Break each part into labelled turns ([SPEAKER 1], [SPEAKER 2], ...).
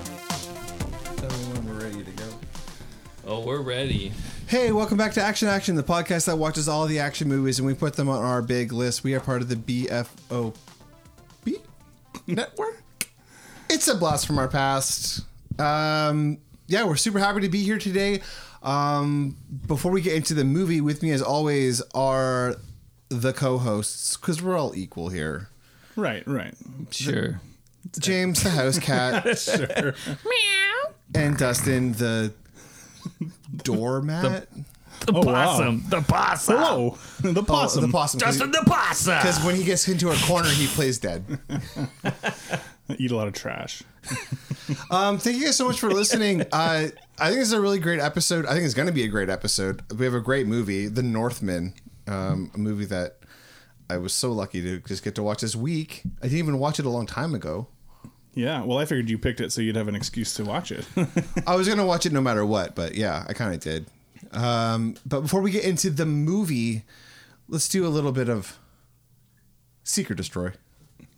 [SPEAKER 1] Tell me when we're ready to go.
[SPEAKER 2] Oh, we're ready.
[SPEAKER 1] Hey, welcome back to Action Action, the podcast that watches all the action movies and we put them on our big list. We are part of the BFOP network. It's a blast from our past. Um, yeah, we're super happy to be here today. Um, before we get into the movie, with me as always are the co-hosts because we're all equal here.
[SPEAKER 3] Right, right.
[SPEAKER 2] Sure.
[SPEAKER 1] James, the house cat,
[SPEAKER 3] Sure.
[SPEAKER 1] and Dustin, the doormat.
[SPEAKER 3] The possum. The possum. Oh, Hello. The possum.
[SPEAKER 1] Oh, the possum.
[SPEAKER 3] Justin the possum.
[SPEAKER 1] Because when he gets into a corner, he plays dead.
[SPEAKER 3] Eat a lot of trash.
[SPEAKER 1] Um, thank you guys so much for listening. Uh, I think this is a really great episode. I think it's going to be a great episode. We have a great movie, The Northman, um, a movie that I was so lucky to just get to watch this week. I didn't even watch it a long time ago.
[SPEAKER 3] Yeah. Well, I figured you picked it so you'd have an excuse to watch it.
[SPEAKER 1] I was going to watch it no matter what, but yeah, I kind of did. Um, but before we get into the movie, let's do a little bit of Seeker Destroy.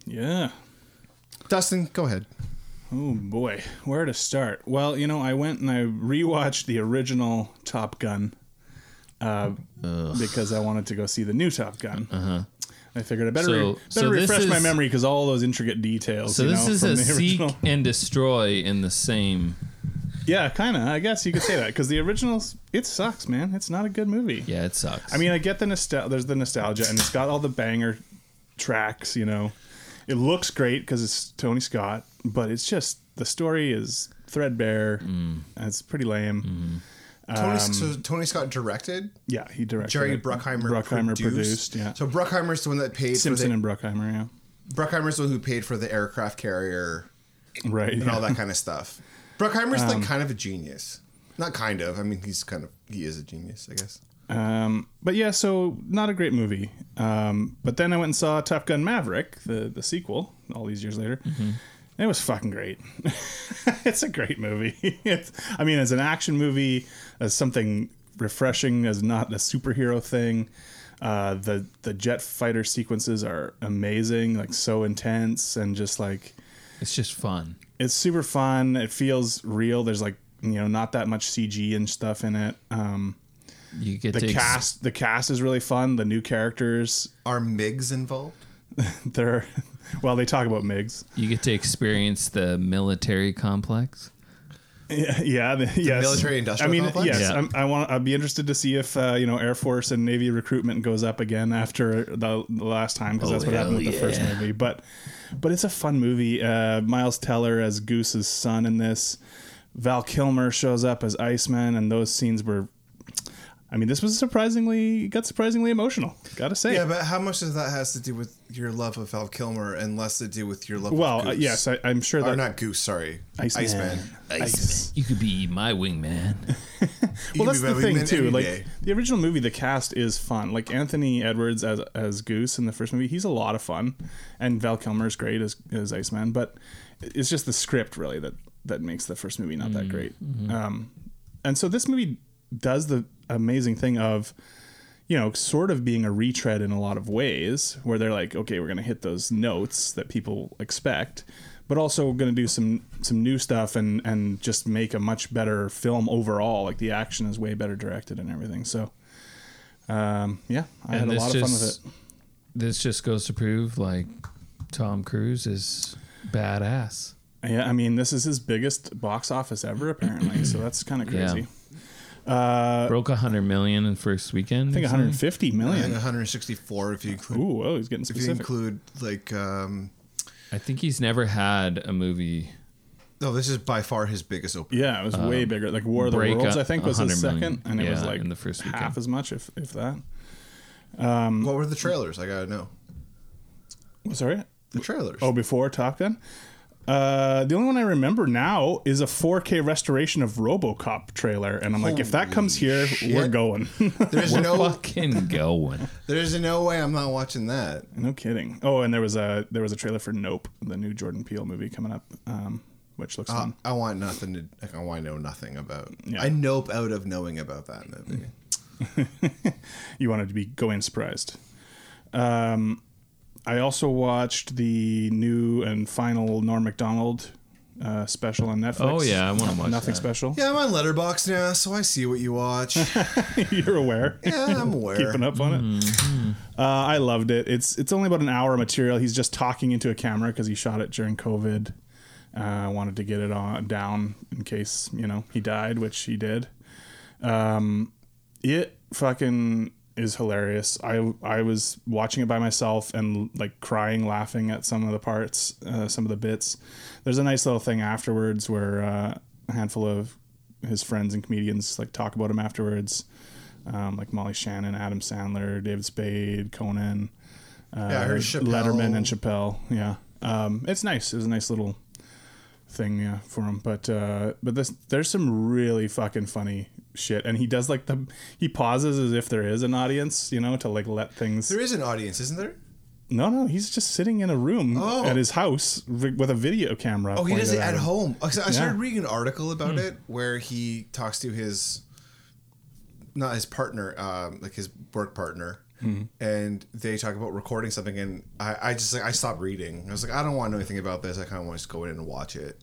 [SPEAKER 3] yeah.
[SPEAKER 1] Dustin, go ahead.
[SPEAKER 3] Oh boy, where to start? Well, you know, I went and I rewatched the original Top Gun uh, because I wanted to go see the new Top Gun. Uh-huh. I figured I better
[SPEAKER 2] So-
[SPEAKER 3] re- better
[SPEAKER 2] so this
[SPEAKER 3] refresh my
[SPEAKER 2] is-
[SPEAKER 3] memory because all those intricate details.
[SPEAKER 2] So
[SPEAKER 3] you
[SPEAKER 2] this
[SPEAKER 3] know,
[SPEAKER 2] is
[SPEAKER 3] from
[SPEAKER 2] a
[SPEAKER 3] the
[SPEAKER 2] seek
[SPEAKER 3] original.
[SPEAKER 2] and destroy in the same.
[SPEAKER 3] Yeah, kind of. I guess you could say that because the originals, it sucks, man. It's not a good movie.
[SPEAKER 2] Yeah, it sucks.
[SPEAKER 3] I mean, I get the nostalgia. There's the nostalgia, and it's got all the banger tracks. You know, it looks great because it's Tony Scott, but it's just the story is threadbare. And it's pretty lame.
[SPEAKER 1] Tony, so Tony Scott directed.
[SPEAKER 3] Yeah, he directed.
[SPEAKER 1] Jerry
[SPEAKER 3] it.
[SPEAKER 1] Bruckheimer,
[SPEAKER 3] Bruckheimer
[SPEAKER 1] produced.
[SPEAKER 3] produced. yeah.
[SPEAKER 1] So Bruckheimer's the one that paid for
[SPEAKER 3] Simpson
[SPEAKER 1] the
[SPEAKER 3] and Bruckheimer. Yeah.
[SPEAKER 1] Bruckheimer's the one who paid for the aircraft carrier
[SPEAKER 3] Right.
[SPEAKER 1] and all that kind of stuff. Bruckheimer's
[SPEAKER 3] Um,
[SPEAKER 1] like kind of a genius. Not kind of. I mean, he's kind of he is a genius, I guess.
[SPEAKER 3] Um, but yeah, so not a great movie. Um, but then I went and saw Top Gun Maverick, the the sequel, all these years later. It was fucking great. it's a great movie. It's, I mean, as an action movie, as something refreshing, as not a superhero thing. Uh, the the jet fighter sequences are amazing, like so intense and just like
[SPEAKER 2] it's just fun.
[SPEAKER 3] it's super fun. It feels real. There's like you know not that much CG and stuff in it. Um,
[SPEAKER 2] You get
[SPEAKER 3] the
[SPEAKER 2] to ex-
[SPEAKER 3] cast the cast is really fun the new characters
[SPEAKER 1] Are Migs involved?
[SPEAKER 3] they're well they talk about migs
[SPEAKER 2] you get to experience the military complex.
[SPEAKER 3] yeah the, yes.
[SPEAKER 1] military industrial
[SPEAKER 3] i mean
[SPEAKER 1] complex?
[SPEAKER 3] yes
[SPEAKER 2] Yeah.
[SPEAKER 3] I'm, i want i'd be interested to see if uh, you know air force and navy recruitment goes up again after the, the last time because that's what happened with the first movie but but it's a fun movie uh, miles teller as goose's son in this val kilmer shows up as iceman and those scenes were i mean this was surprisingly got surprisingly emotional gotta say
[SPEAKER 1] Yeah, but how much of that has to do with your love of Val Kilmer and less to do with your love of
[SPEAKER 3] well, uh,
[SPEAKER 1] Goose?
[SPEAKER 3] yes, I, I'm sure
[SPEAKER 1] Or
[SPEAKER 3] that
[SPEAKER 1] not Goose, sorry.
[SPEAKER 3] Iceman.
[SPEAKER 2] Iceman. You could be my wingman.
[SPEAKER 3] well,
[SPEAKER 1] You
[SPEAKER 3] that's
[SPEAKER 1] can
[SPEAKER 3] the
[SPEAKER 1] be
[SPEAKER 3] thing
[SPEAKER 1] Batman
[SPEAKER 3] too.
[SPEAKER 1] any
[SPEAKER 3] Like
[SPEAKER 1] day.
[SPEAKER 3] the original movie, the cast is fun. Like Anthony Edwards as as Goose in the first movie, he's a lot of fun, and Val Kilmer's great as as Iceman. But it's just the script really that that makes the first movie not that great. Um, and so this movie does the amazing thing of you know sort of being a retread in a lot of ways where they're like okay we're going to hit those notes that people expect but also going to do some some new stuff and and just make a much better film overall like the action is way better directed and everything so um, yeah i
[SPEAKER 2] And
[SPEAKER 3] had a
[SPEAKER 2] this
[SPEAKER 3] lot of fun with it
[SPEAKER 2] just this just goes to prove like Tom Cruise is badass.
[SPEAKER 3] Yeah, I mean, this is his biggest box office ever, apparently. so that's kind of
[SPEAKER 2] Yeah.
[SPEAKER 3] crazy. Uh,
[SPEAKER 2] Broke a hundred million in first weekend.
[SPEAKER 3] I think 150
[SPEAKER 1] And
[SPEAKER 3] million.
[SPEAKER 1] 164 if you include
[SPEAKER 3] Ooh, whoa, he's getting
[SPEAKER 1] if you
[SPEAKER 3] specific.
[SPEAKER 1] include like um
[SPEAKER 2] I think he's never had a movie
[SPEAKER 1] No, this is by far his biggest opening.
[SPEAKER 3] Yeah, it was
[SPEAKER 2] Um,
[SPEAKER 3] way bigger. Like War of the
[SPEAKER 2] break
[SPEAKER 3] Worlds,
[SPEAKER 2] up
[SPEAKER 3] I think, was his
[SPEAKER 2] 100
[SPEAKER 3] second,
[SPEAKER 2] million.
[SPEAKER 3] and it was
[SPEAKER 2] Yeah,
[SPEAKER 3] like
[SPEAKER 2] in the first
[SPEAKER 3] half
[SPEAKER 2] weekend.
[SPEAKER 3] as much, if if that.
[SPEAKER 1] What were the trailers? I gotta know.
[SPEAKER 3] Sorry.
[SPEAKER 1] The trailers.
[SPEAKER 3] Oh, before Top Gun. Uh, the only one I remember now is a 4K restoration of RoboCop trailer, and I'm like, if that comes here, we're going.
[SPEAKER 1] there's no,
[SPEAKER 2] Fucking going.
[SPEAKER 1] there's no way I'm not watching that.
[SPEAKER 3] no kidding. Oh, and there was a there was a trailer for Nope, the new Jordan Peele movie coming up, um, which looks fun.
[SPEAKER 1] Uh, I want nothing to. like, I want to know nothing about. I nope out of knowing about that movie.
[SPEAKER 3] you wanted to be go in surprised. Um, I also watched the new and final Norm Macdonald uh, special on Netflix.
[SPEAKER 2] Oh, yeah, I wanna watch
[SPEAKER 3] Nothing
[SPEAKER 2] that.
[SPEAKER 3] special.
[SPEAKER 1] Yeah, I'm on Letterbox now, so I see what you watch.
[SPEAKER 3] You're aware.
[SPEAKER 1] Yeah, I'm aware.
[SPEAKER 3] keeping up on it. Uh, I loved it. It's it's only about an hour of material. He's just talking into a camera because he shot it during COVID. Uh, wanted to get it on down in case you know he died, which he did. Um, it fucking is hilarious. I I was watching it by myself and like crying, laughing at some of the parts, uh, some of the bits. There's a nice little thing afterwards where uh, a handful of his friends and comedians like talk about him afterwards, um, like Molly Shannon, Adam Sandler, David Spade, Conan, uh,
[SPEAKER 1] I heard Chappelle.
[SPEAKER 3] Letterman, and Chappelle. Yeah, um, it's nice. It was a nice little thing yeah, for him. But uh, but this there's some really fucking funny shit, and he does like the he pauses as if there is an audience, you know, to like let things.
[SPEAKER 1] There is an audience, isn't there?
[SPEAKER 3] no, no, he's just sitting in a room
[SPEAKER 1] Oh.
[SPEAKER 3] at his house ri- with a video camera.
[SPEAKER 1] Oh, he does it at
[SPEAKER 3] home.
[SPEAKER 1] home. I I started
[SPEAKER 3] Yeah. Hmm.
[SPEAKER 1] reading an article about it where he talks to his, not his partner, um, like his work partner,
[SPEAKER 3] Hmm.
[SPEAKER 1] and they talk about recording something. And I, I just like I stopped reading. I was like, I don't want to know anything about this. I kind of want to just go in and watch it.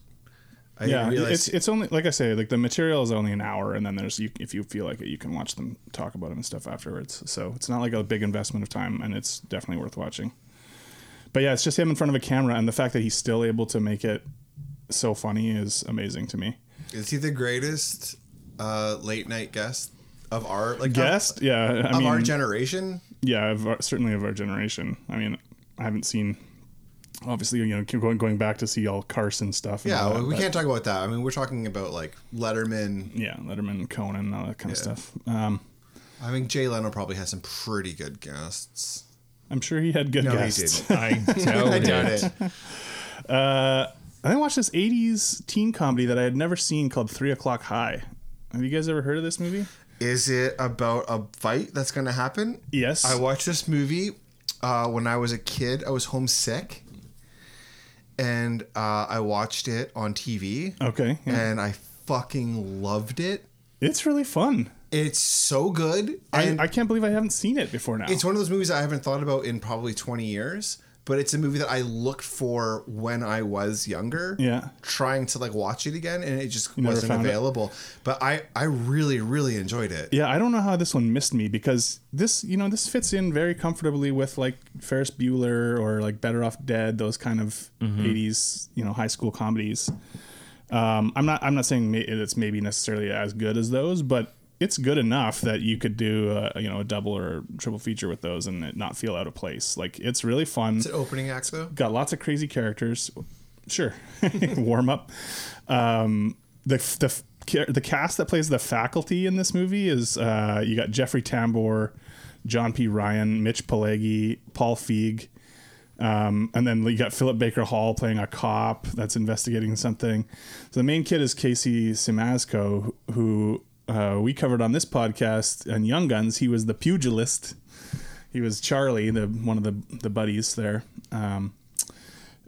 [SPEAKER 1] I
[SPEAKER 3] Yeah,
[SPEAKER 1] didn't realize
[SPEAKER 3] it's it's only like I say, like the material is only an hour, and then there's you if you feel like it, you can watch them talk about it and stuff afterwards. So it's not like a big investment of time, and it's definitely worth watching. But yeah, it's just him in front of a camera, and the fact that he's still able to make it so funny is amazing to me.
[SPEAKER 1] is he the greatest uh, late night guest of our like
[SPEAKER 3] Guest, yeah,
[SPEAKER 1] of,
[SPEAKER 3] I
[SPEAKER 1] of our
[SPEAKER 3] mean,
[SPEAKER 1] generation?
[SPEAKER 3] yeah, of our, certainly of our generation. I mean, I haven't seen. Obviously, you know, keep going going back to see all Carson stuff. And
[SPEAKER 1] Yeah,
[SPEAKER 3] all that,
[SPEAKER 1] well, we
[SPEAKER 3] but-
[SPEAKER 1] can't talk about that. I mean, we're talking about like Letterman.
[SPEAKER 3] Yeah, Letterman, Conan, all that kind of
[SPEAKER 1] Yeah.
[SPEAKER 3] stuff. Um,
[SPEAKER 1] I mean, Jay Leno probably has some pretty good guests.
[SPEAKER 3] I'm sure he had good
[SPEAKER 1] No, he
[SPEAKER 3] guests.
[SPEAKER 1] didn't.
[SPEAKER 2] I doubt,
[SPEAKER 3] Oh,
[SPEAKER 1] I doubt it.
[SPEAKER 3] Uh, I watched this 80s teen comedy that I had never seen called Three O'Clock High. Have you guys ever heard of this movie?
[SPEAKER 1] Is it about a fight that's going to happen?
[SPEAKER 3] Yes.
[SPEAKER 1] I watched this movie uh, when I was a kid. I was homesick, and uh, I watched it on TV,
[SPEAKER 3] Okay. Oh, yeah.
[SPEAKER 1] and I fucking loved it.
[SPEAKER 3] It's really fun.
[SPEAKER 1] It's so good,
[SPEAKER 3] I,
[SPEAKER 1] and
[SPEAKER 3] I can't believe I haven't seen it before now.
[SPEAKER 1] it's one of those movies I haven't thought about in probably twenty years. But it's a movie that I looked for when I was younger.
[SPEAKER 3] Yeah.
[SPEAKER 1] trying to like watch it again, and it just
[SPEAKER 3] never
[SPEAKER 1] wasn't
[SPEAKER 3] found it?
[SPEAKER 1] available. But I, I really, really enjoyed it.
[SPEAKER 3] yeah, I don't know how this one missed me because this, you know, this fits in very comfortably with like Ferris Bueller or like Better Off Dead, those kind of 80s, you know, high school comedies. Um, I'm not I'm not saying ma- it's maybe necessarily as good as those, but it's good enough that you could do a, you know a double or triple feature with those and it not feel out of place. Like it's really fun
[SPEAKER 1] Is it opening act though?
[SPEAKER 3] got lots of crazy characters. Sure, warm up. Um, the the f- ca- the cast that plays the faculty in this movie is uh, you got Jeffrey Tambor, John P. Ryan, Mitch Pileggi, Paul Feig, um, and then you got Philip Baker Hall playing a cop that's investigating something. So the main kid is Casey Simasco, who uh, we covered on this podcast and Young Guns. He was the pugilist he was Charlie, the one of the the buddies there. Um,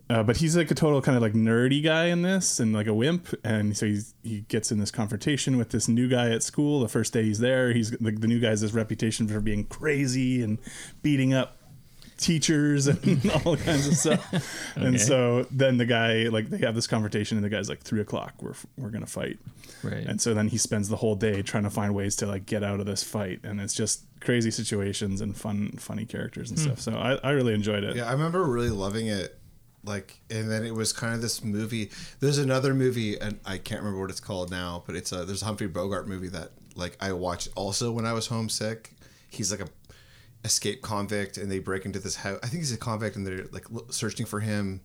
[SPEAKER 3] uh, but he's like a total kind of like nerdy guy in this, and like a wimp, and so he's, he gets in this confrontation with this new guy at school. The first day he's there, he's the, the new guy has this reputation for being crazy and beating up teachers and all kinds of stuff.
[SPEAKER 2] Okay.
[SPEAKER 3] And so then the guy like they have this confrontation, and the guy's like three o'clock, we're we're gonna fight.
[SPEAKER 2] Right.
[SPEAKER 3] And so then he spends the whole day trying to find ways to like get out of this fight, and it's just crazy situations and fun, funny characters
[SPEAKER 2] Hmm.
[SPEAKER 3] and stuff. So I, I really enjoyed it.
[SPEAKER 1] Yeah, I remember really loving it. Like, and then it was kind of this movie. There's another movie, and I can't remember what it's called now, but it's a there's a Humphrey Bogart movie that like I watched also when I was homesick. He's like a escape convict, and they break into this house. I think he's a convict, and they're like lo- searching for him.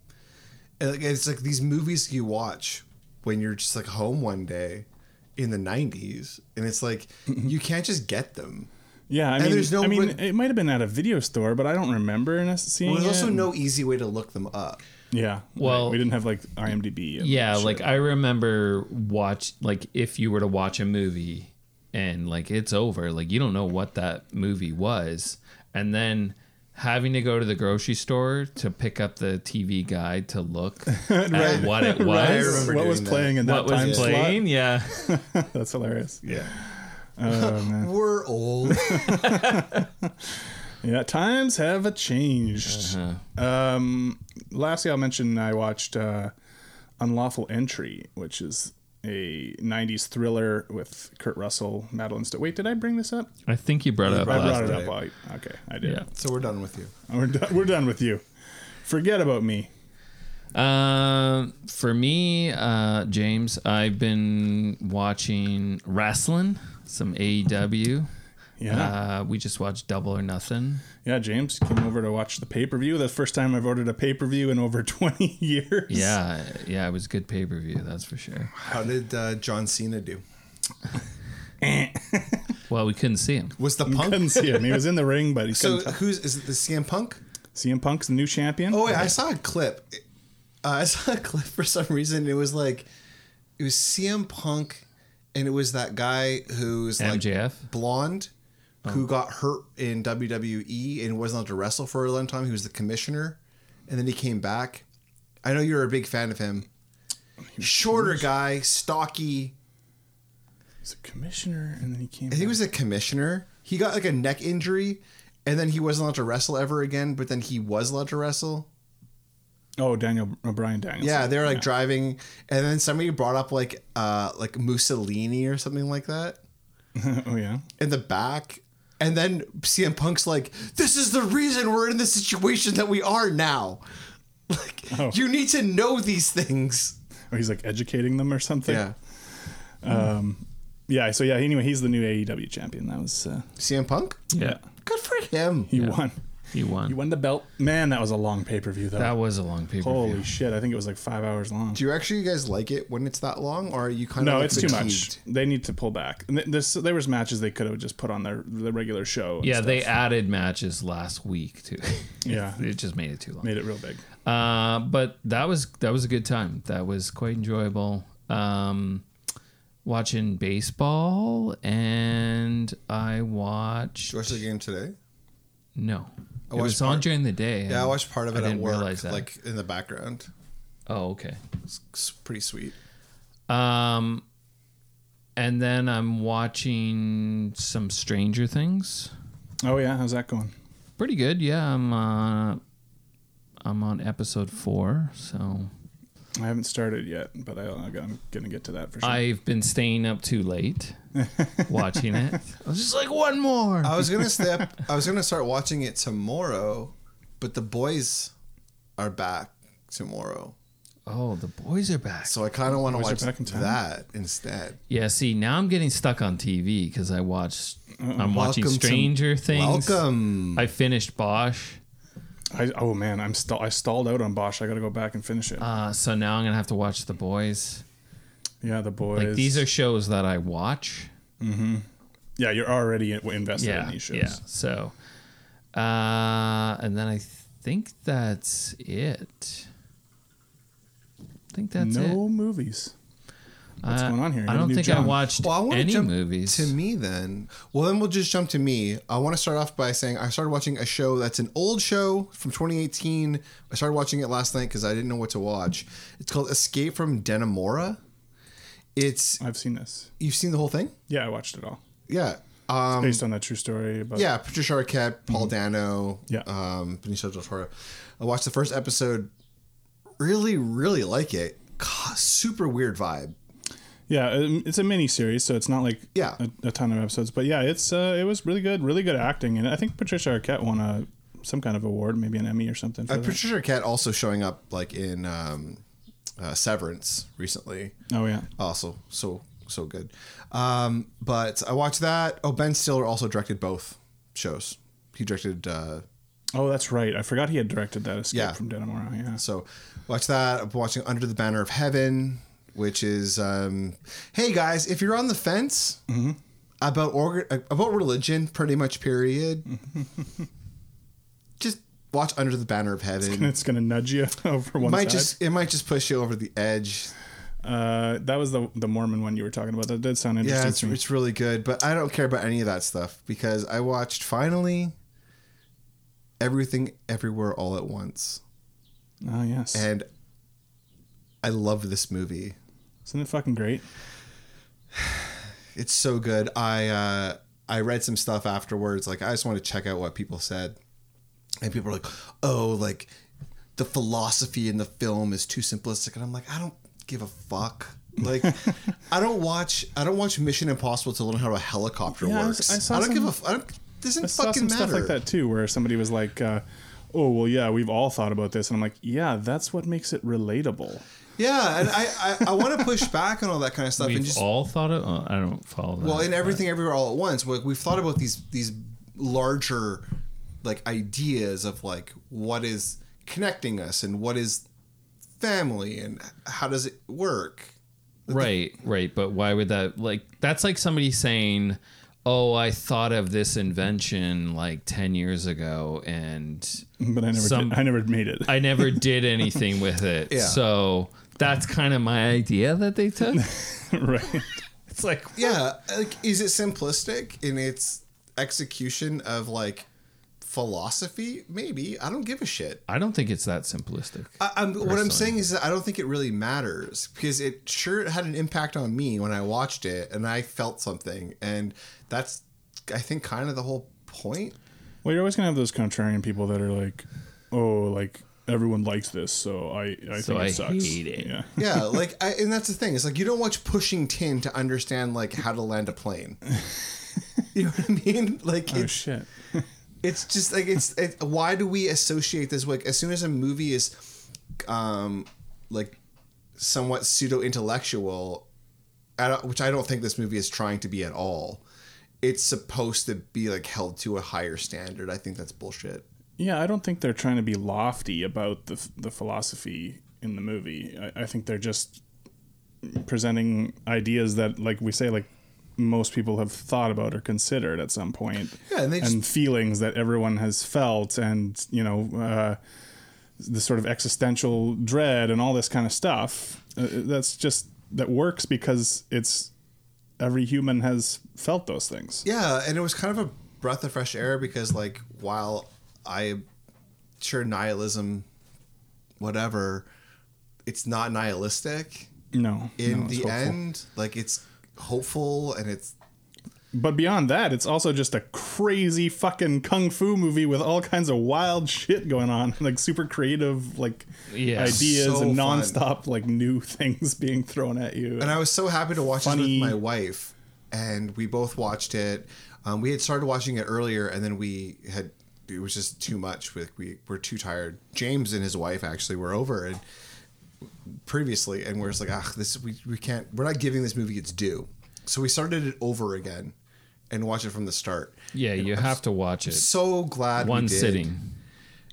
[SPEAKER 1] And like, it's like these movies you watch when you're just like home one day in the 90s and it's like you can't just get them.
[SPEAKER 3] Yeah, I
[SPEAKER 1] And
[SPEAKER 3] mean,
[SPEAKER 1] there's no
[SPEAKER 3] I mean,
[SPEAKER 1] re-
[SPEAKER 3] it might have been at a video store, but I don't remember us seeing
[SPEAKER 1] Well, there's
[SPEAKER 3] it.
[SPEAKER 1] also no easy way to look them up.
[SPEAKER 3] yeah.
[SPEAKER 2] Well-
[SPEAKER 3] right, we didn't have like IMDb. and
[SPEAKER 2] Yeah,
[SPEAKER 3] shit.
[SPEAKER 2] like I remember watch like if you were to watch a movie and like it's over, like you don't know what that movie was, and then having to go to the grocery store to pick up the TV guide to look at what it was,
[SPEAKER 3] Right?
[SPEAKER 1] remember
[SPEAKER 3] what was
[SPEAKER 1] doing that.
[SPEAKER 3] playing in that
[SPEAKER 2] what
[SPEAKER 3] time
[SPEAKER 2] was
[SPEAKER 3] slot?
[SPEAKER 2] playing, yeah.
[SPEAKER 3] That's hilarious.
[SPEAKER 1] Yeah. We're old.
[SPEAKER 3] Yeah, times have changed.
[SPEAKER 2] Uh-huh.
[SPEAKER 3] Um, lastly, I'll mention I watched uh, Unlawful Entry, which is a '90s thriller with Kurt Russell, Madeline Stowe. Wait, did I bring this up?
[SPEAKER 2] I think you brought it up
[SPEAKER 3] I brought
[SPEAKER 2] last.
[SPEAKER 3] it up.
[SPEAKER 1] night.
[SPEAKER 3] Like, okay, I did.
[SPEAKER 2] Yeah.
[SPEAKER 1] so we're done with you.
[SPEAKER 3] We're done, we're done with you. Forget about me.
[SPEAKER 2] Um, for me, uh, James, I've been watching wrestling, some AEW.
[SPEAKER 3] Yeah.
[SPEAKER 2] Uh, we just watched Double or Nothing.
[SPEAKER 3] Yeah, James came over to watch the pay per view. The first time I've ordered a pay per view in over 20 years.
[SPEAKER 2] Yeah, yeah, it was good pay per view, that's for sure.
[SPEAKER 1] How did uh, John Cena do?
[SPEAKER 2] Well, we couldn't see him.
[SPEAKER 1] Was the
[SPEAKER 3] Couldn't
[SPEAKER 1] punk?
[SPEAKER 3] see him. He was in the ring, but he
[SPEAKER 1] So
[SPEAKER 3] couldn't. tell.
[SPEAKER 1] who's is it? The CM Punk?
[SPEAKER 3] CM Punk's the new champion.
[SPEAKER 1] Oh wait, I saw a clip. Uh, I saw a clip for some reason. It was like it was CM Punk, and it was that guy who's like
[SPEAKER 2] MJF?
[SPEAKER 1] blonde, who got hurt in WWE and wasn't allowed to wrestle for a long time. He was the commissioner, and then he came back. I know you're a big fan of him. Shorter guy, stocky.
[SPEAKER 3] He's a commissioner, and then he came.
[SPEAKER 1] I think it was a commissioner. He got like a neck injury, and then he wasn't allowed to wrestle ever again. But then he was allowed to wrestle.
[SPEAKER 3] Oh, Daniel O'Brien Danielson.
[SPEAKER 1] Yeah, they were like driving, and then somebody brought up like uh like Mussolini or something like that
[SPEAKER 3] oh yeah.
[SPEAKER 1] in the back, and then CM Punk's like, "This is the reason we're in the situation that we are now. Like,
[SPEAKER 3] Oh.
[SPEAKER 1] you need to know these things."
[SPEAKER 3] Or Oh, he's like educating them or something. Um,
[SPEAKER 1] Yeah,
[SPEAKER 3] Yeah. So yeah. Anyway, he's the new AEW champion. That was. Uh,
[SPEAKER 1] CM Punk,
[SPEAKER 2] Yeah,
[SPEAKER 1] good for him.
[SPEAKER 3] he won.
[SPEAKER 2] he won.
[SPEAKER 3] He won the belt. Man, that was a long pay per view though.
[SPEAKER 2] That was a long pay per
[SPEAKER 3] Holy
[SPEAKER 2] view.
[SPEAKER 3] shit! I think it was like five hours long.
[SPEAKER 1] Do you actually guys like it when it's that long, or are you kind of
[SPEAKER 3] no,
[SPEAKER 1] like,
[SPEAKER 3] it's too much.
[SPEAKER 1] fatigued?
[SPEAKER 3] They need to pull back. And th- There's, there was matches they could have just put on their the regular show. and
[SPEAKER 2] Yeah,
[SPEAKER 3] stuff.
[SPEAKER 2] they added matches last week too.
[SPEAKER 3] Yeah.
[SPEAKER 2] it just made it too long.
[SPEAKER 3] made it real big.
[SPEAKER 2] Uh, but that was that was a good time. That was quite enjoyable. Um, watching baseball, and I watched
[SPEAKER 1] Did you watch the game today?
[SPEAKER 2] no. it
[SPEAKER 1] watched
[SPEAKER 2] was on
[SPEAKER 1] part-
[SPEAKER 2] during the day. and
[SPEAKER 1] Yeah, I watched part of it
[SPEAKER 2] I
[SPEAKER 1] at
[SPEAKER 2] didn't
[SPEAKER 1] work,
[SPEAKER 2] realize that.
[SPEAKER 1] like in the background.
[SPEAKER 2] oh, okay.
[SPEAKER 1] It's pretty sweet.
[SPEAKER 2] Um, and then I'm watching some Stranger Things.
[SPEAKER 3] Oh yeah, how's that going?
[SPEAKER 2] Pretty good, yeah. I'm uh, I'm on episode four, so
[SPEAKER 3] I haven't started yet, but I, I'm gonna get to that for sure.
[SPEAKER 2] I've been staying up too late watching it. Uh, I was just like one more.
[SPEAKER 1] I was gonna step. I was gonna start watching it tomorrow, but the boys are back tomorrow,
[SPEAKER 2] Oh, the boys are back.
[SPEAKER 1] so I kind of want to
[SPEAKER 3] Boys are
[SPEAKER 1] watch
[SPEAKER 3] back in town?
[SPEAKER 1] that instead.
[SPEAKER 2] Yeah, see, now I'm getting stuck on TV because I watched. I'm watching
[SPEAKER 1] Welcome to-
[SPEAKER 2] Stranger Things.
[SPEAKER 1] Welcome.
[SPEAKER 2] I finished Bosch,
[SPEAKER 3] I, oh man, I'm stall, I stalled out on Bosch. I gotta go back and finish it.
[SPEAKER 2] uh, so now I'm gonna have to watch The Boys.
[SPEAKER 3] yeah, the boys.
[SPEAKER 2] Like these are shows that I watch.
[SPEAKER 3] yeah, you're already in- invested
[SPEAKER 2] Yeah,
[SPEAKER 3] in these shows.
[SPEAKER 2] yeah. So, uh, and then I think that's it. I think that's
[SPEAKER 3] no
[SPEAKER 2] it.
[SPEAKER 3] movies. What's
[SPEAKER 2] Uh,
[SPEAKER 3] going on here?
[SPEAKER 2] I
[SPEAKER 3] How
[SPEAKER 2] don't
[SPEAKER 3] did you
[SPEAKER 2] think I
[SPEAKER 3] jump?
[SPEAKER 2] watched
[SPEAKER 1] Well, I want to
[SPEAKER 2] any
[SPEAKER 1] jump
[SPEAKER 2] movies.
[SPEAKER 1] to me then. Well, then we'll just jump to me. I want to start off by saying I started watching a show that's an old show from 2018. I started watching it last night because I didn't know what to watch. It's called Escape from Denimora. It's
[SPEAKER 3] I've seen this.
[SPEAKER 1] you've seen the whole thing,
[SPEAKER 3] Yeah, I watched it all.
[SPEAKER 1] yeah. Um,
[SPEAKER 3] Based on that true story about
[SPEAKER 1] Yeah, Patricia Arquette, Paul Dano,
[SPEAKER 3] Yeah.
[SPEAKER 1] um, Benicio del Toro. I watched the first episode. Really, really like it. God, super weird vibe.
[SPEAKER 3] Yeah, um, it's a mini series, so it's not like
[SPEAKER 1] Yeah.
[SPEAKER 3] a, a ton of episodes. But yeah, it's uh, it was really good, really good acting, and I think Patricia Arquette won a some kind of award, maybe an Emmy or something. For
[SPEAKER 1] Uh,
[SPEAKER 3] that.
[SPEAKER 1] Patricia Arquette also showing up like in um, uh, Severance recently.
[SPEAKER 3] oh yeah,
[SPEAKER 1] Also, so so good. Um, but I watched that. Oh, Ben Stiller also directed both shows. He directed. Uh,
[SPEAKER 3] oh that's right. I forgot he had directed that Escape
[SPEAKER 1] Yeah.
[SPEAKER 3] from Denimora. Yeah,
[SPEAKER 1] so watch that. I'm watching Under the Banner of Heaven. which is, um, hey guys, if you're on the fence about org- about religion, pretty much period, just watch Under the Banner of Heaven.
[SPEAKER 3] It's gonna nudge you over one
[SPEAKER 1] Might
[SPEAKER 3] side.
[SPEAKER 1] just it might just push you over the edge.
[SPEAKER 3] Uh, that was the the Mormon one you were talking about. That did sound interesting.
[SPEAKER 1] Yeah, it's,
[SPEAKER 3] to me.
[SPEAKER 1] it's really good, but I don't care about any of that stuff because I watched finally everything, everywhere, all at once,
[SPEAKER 3] oh yes,
[SPEAKER 1] and I love this movie.
[SPEAKER 3] isn't it fucking great?
[SPEAKER 1] It's so good. I uh, I read some stuff afterwards. Like I just want to check out what people said, and people are like, "Oh, like the philosophy in the film is too simplistic," and I'm like, I don't give a fuck. Like I don't watch I don't watch Mission Impossible to learn how a helicopter
[SPEAKER 3] Yeah, I
[SPEAKER 1] works.
[SPEAKER 3] was-
[SPEAKER 1] I,
[SPEAKER 3] I saw
[SPEAKER 1] don't
[SPEAKER 3] some-
[SPEAKER 1] give a f- I don't, doesn't
[SPEAKER 3] I saw
[SPEAKER 1] fucking
[SPEAKER 3] some
[SPEAKER 1] matter.
[SPEAKER 3] stuff like that too, where somebody was like, uh, "Oh well, yeah, we've all thought about this," and I'm like, "Yeah, that's what makes it relatable."
[SPEAKER 1] Yeah, and I I, I want to push back on all that kind of stuff
[SPEAKER 2] We've
[SPEAKER 1] and just
[SPEAKER 2] all thought of. Oh, I don't follow that.
[SPEAKER 1] well in everything everywhere all at once. Like we've thought about these these larger like ideas of like what is connecting us and what is family and how does it work.
[SPEAKER 2] Right, right. But why would that like that's like somebody saying, "Oh, I thought of this invention like 10 years ago and
[SPEAKER 3] But I never,
[SPEAKER 2] Some-
[SPEAKER 3] did, I never made it.
[SPEAKER 2] I never did anything with it."
[SPEAKER 1] Yeah.
[SPEAKER 2] So, that's kind of my idea that they took.
[SPEAKER 3] right?
[SPEAKER 2] it's like
[SPEAKER 1] Yeah, like is it simplistic in its execution of like philosophy? Maybe I don't give a shit.
[SPEAKER 2] I don't think it's that simplistic.
[SPEAKER 1] I, I'm, what I'm
[SPEAKER 2] Personally.
[SPEAKER 1] saying is that I don't think it really matters because it sure had an impact on me when I watched it and I felt something. And that's, I think, kind of the whole point.
[SPEAKER 3] Well, you're always gonna have those contrarian people that are like, "Oh, like everyone likes this, so I, I
[SPEAKER 2] So
[SPEAKER 3] think it
[SPEAKER 2] I
[SPEAKER 3] sucks."
[SPEAKER 2] hate it.
[SPEAKER 3] Yeah.
[SPEAKER 1] Yeah, like, I, and that's the thing. It's like you don't watch Pushing Tin to understand like how to land a plane. You know what I mean? Like,
[SPEAKER 3] Oh
[SPEAKER 1] it's,
[SPEAKER 3] shit.
[SPEAKER 1] it's just like it's. It, why do we associate this? Like, as soon as a movie is, um, like, somewhat pseudo intellectual, which I don't think this movie is trying to be at all. It's supposed to be like held to a higher standard. I think that's bullshit.
[SPEAKER 3] Yeah, I don't think they're trying to be lofty about the f- the philosophy in the movie. I, I think they're just presenting ideas that, like we say, like most people have thought about or considered at some point.
[SPEAKER 1] Yeah, and they just-
[SPEAKER 3] feelings that everyone has felt, and you know, uh, the sort of existential dread and all this kind of stuff. Uh, that's just that works because it's every human has felt those things.
[SPEAKER 1] Yeah, and it was kind of a breath of fresh air because, like, while I am sure nihilism, whatever, it's not nihilistic
[SPEAKER 3] No,
[SPEAKER 1] in
[SPEAKER 3] no, it's
[SPEAKER 1] the
[SPEAKER 3] hopeful.
[SPEAKER 1] end. Like, it's hopeful and it's
[SPEAKER 3] But beyond that, it's also just a crazy fucking kung fu movie with all kinds of wild shit going on, like super creative, like
[SPEAKER 2] Yeah.
[SPEAKER 3] ideas
[SPEAKER 1] So
[SPEAKER 3] and
[SPEAKER 1] fun.
[SPEAKER 3] nonstop like new things being thrown at you.
[SPEAKER 1] And I was so happy to watch this
[SPEAKER 3] Funny.
[SPEAKER 1] with my wife, and we both watched it. Um, we had started watching it earlier, and then we had it was just too much. We we were too tired. James and his wife actually were over and previously, and we're just like, ah, this we we can't. We're not giving this movie its due. So we started it over again, and watched it from the start.
[SPEAKER 2] yeah, you have to watch it.
[SPEAKER 1] So glad
[SPEAKER 2] One
[SPEAKER 1] we did
[SPEAKER 2] sitting.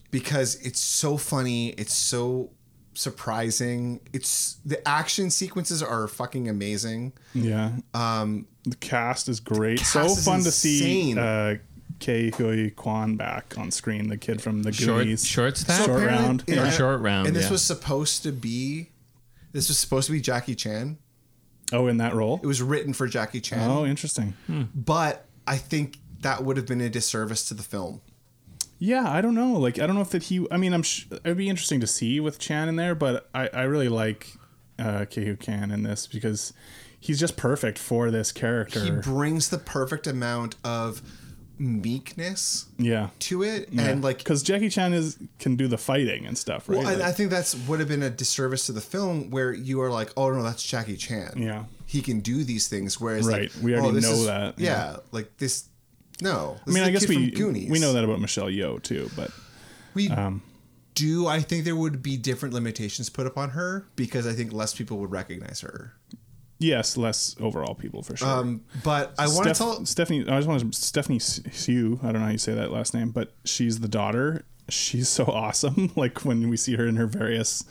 [SPEAKER 1] because it's so funny. It's so surprising. It's the action sequences are fucking amazing.
[SPEAKER 3] yeah. Um, the cast is great. so
[SPEAKER 1] cast is
[SPEAKER 3] fun
[SPEAKER 1] insane.
[SPEAKER 3] to see uh, Kei Hui Kwan back on screen, the kid from the
[SPEAKER 2] Short
[SPEAKER 3] Goonies.
[SPEAKER 2] short stack.
[SPEAKER 3] So Short
[SPEAKER 1] apparently-
[SPEAKER 3] round.
[SPEAKER 2] Or short round,
[SPEAKER 1] And this
[SPEAKER 2] yeah.
[SPEAKER 1] was supposed to be, this was supposed to be Jackie Chan.
[SPEAKER 3] Oh, in that role.
[SPEAKER 1] It was written for Jackie Chan,
[SPEAKER 3] Oh, interesting.
[SPEAKER 1] but I think that would have been a disservice to the film.
[SPEAKER 3] Yeah, I don't know. Like, I don't know if that he. I mean, I'm. Sh- it'd be interesting to see with Chan in there, but I, I really like uh, Kehu Kan in this because he's just perfect for this
[SPEAKER 1] He
[SPEAKER 3] character.
[SPEAKER 1] brings the perfect amount of meekness
[SPEAKER 3] yeah,
[SPEAKER 1] to it, and like,
[SPEAKER 3] because Jackie Chan is can do the fighting and stuff, right?
[SPEAKER 1] well, and
[SPEAKER 3] Like,
[SPEAKER 1] I think that's would have been a disservice to the film where you are like, oh no, that's Jackie Chan.
[SPEAKER 3] Yeah.
[SPEAKER 1] he can do these things. Whereas,
[SPEAKER 3] Right,
[SPEAKER 1] like,
[SPEAKER 3] we already
[SPEAKER 1] oh, this
[SPEAKER 3] know
[SPEAKER 1] is-
[SPEAKER 3] that,
[SPEAKER 1] Yeah, like this. No,
[SPEAKER 3] I
[SPEAKER 1] this
[SPEAKER 3] mean,
[SPEAKER 1] is
[SPEAKER 3] I
[SPEAKER 1] the
[SPEAKER 3] guess
[SPEAKER 1] kid from
[SPEAKER 3] we
[SPEAKER 1] Goonies.
[SPEAKER 3] we know that about Michelle Yeoh too, but
[SPEAKER 1] We do. I think there would be different limitations put upon her because I think less people would recognize her.
[SPEAKER 3] yes, less overall people for sure.
[SPEAKER 1] Um, but I want to
[SPEAKER 3] Steph-
[SPEAKER 1] tell.
[SPEAKER 3] Stephanie. I just want to Stephanie Sue. I don't know how you say that last name, but she's the daughter she's so awesome. Like when we see her in her various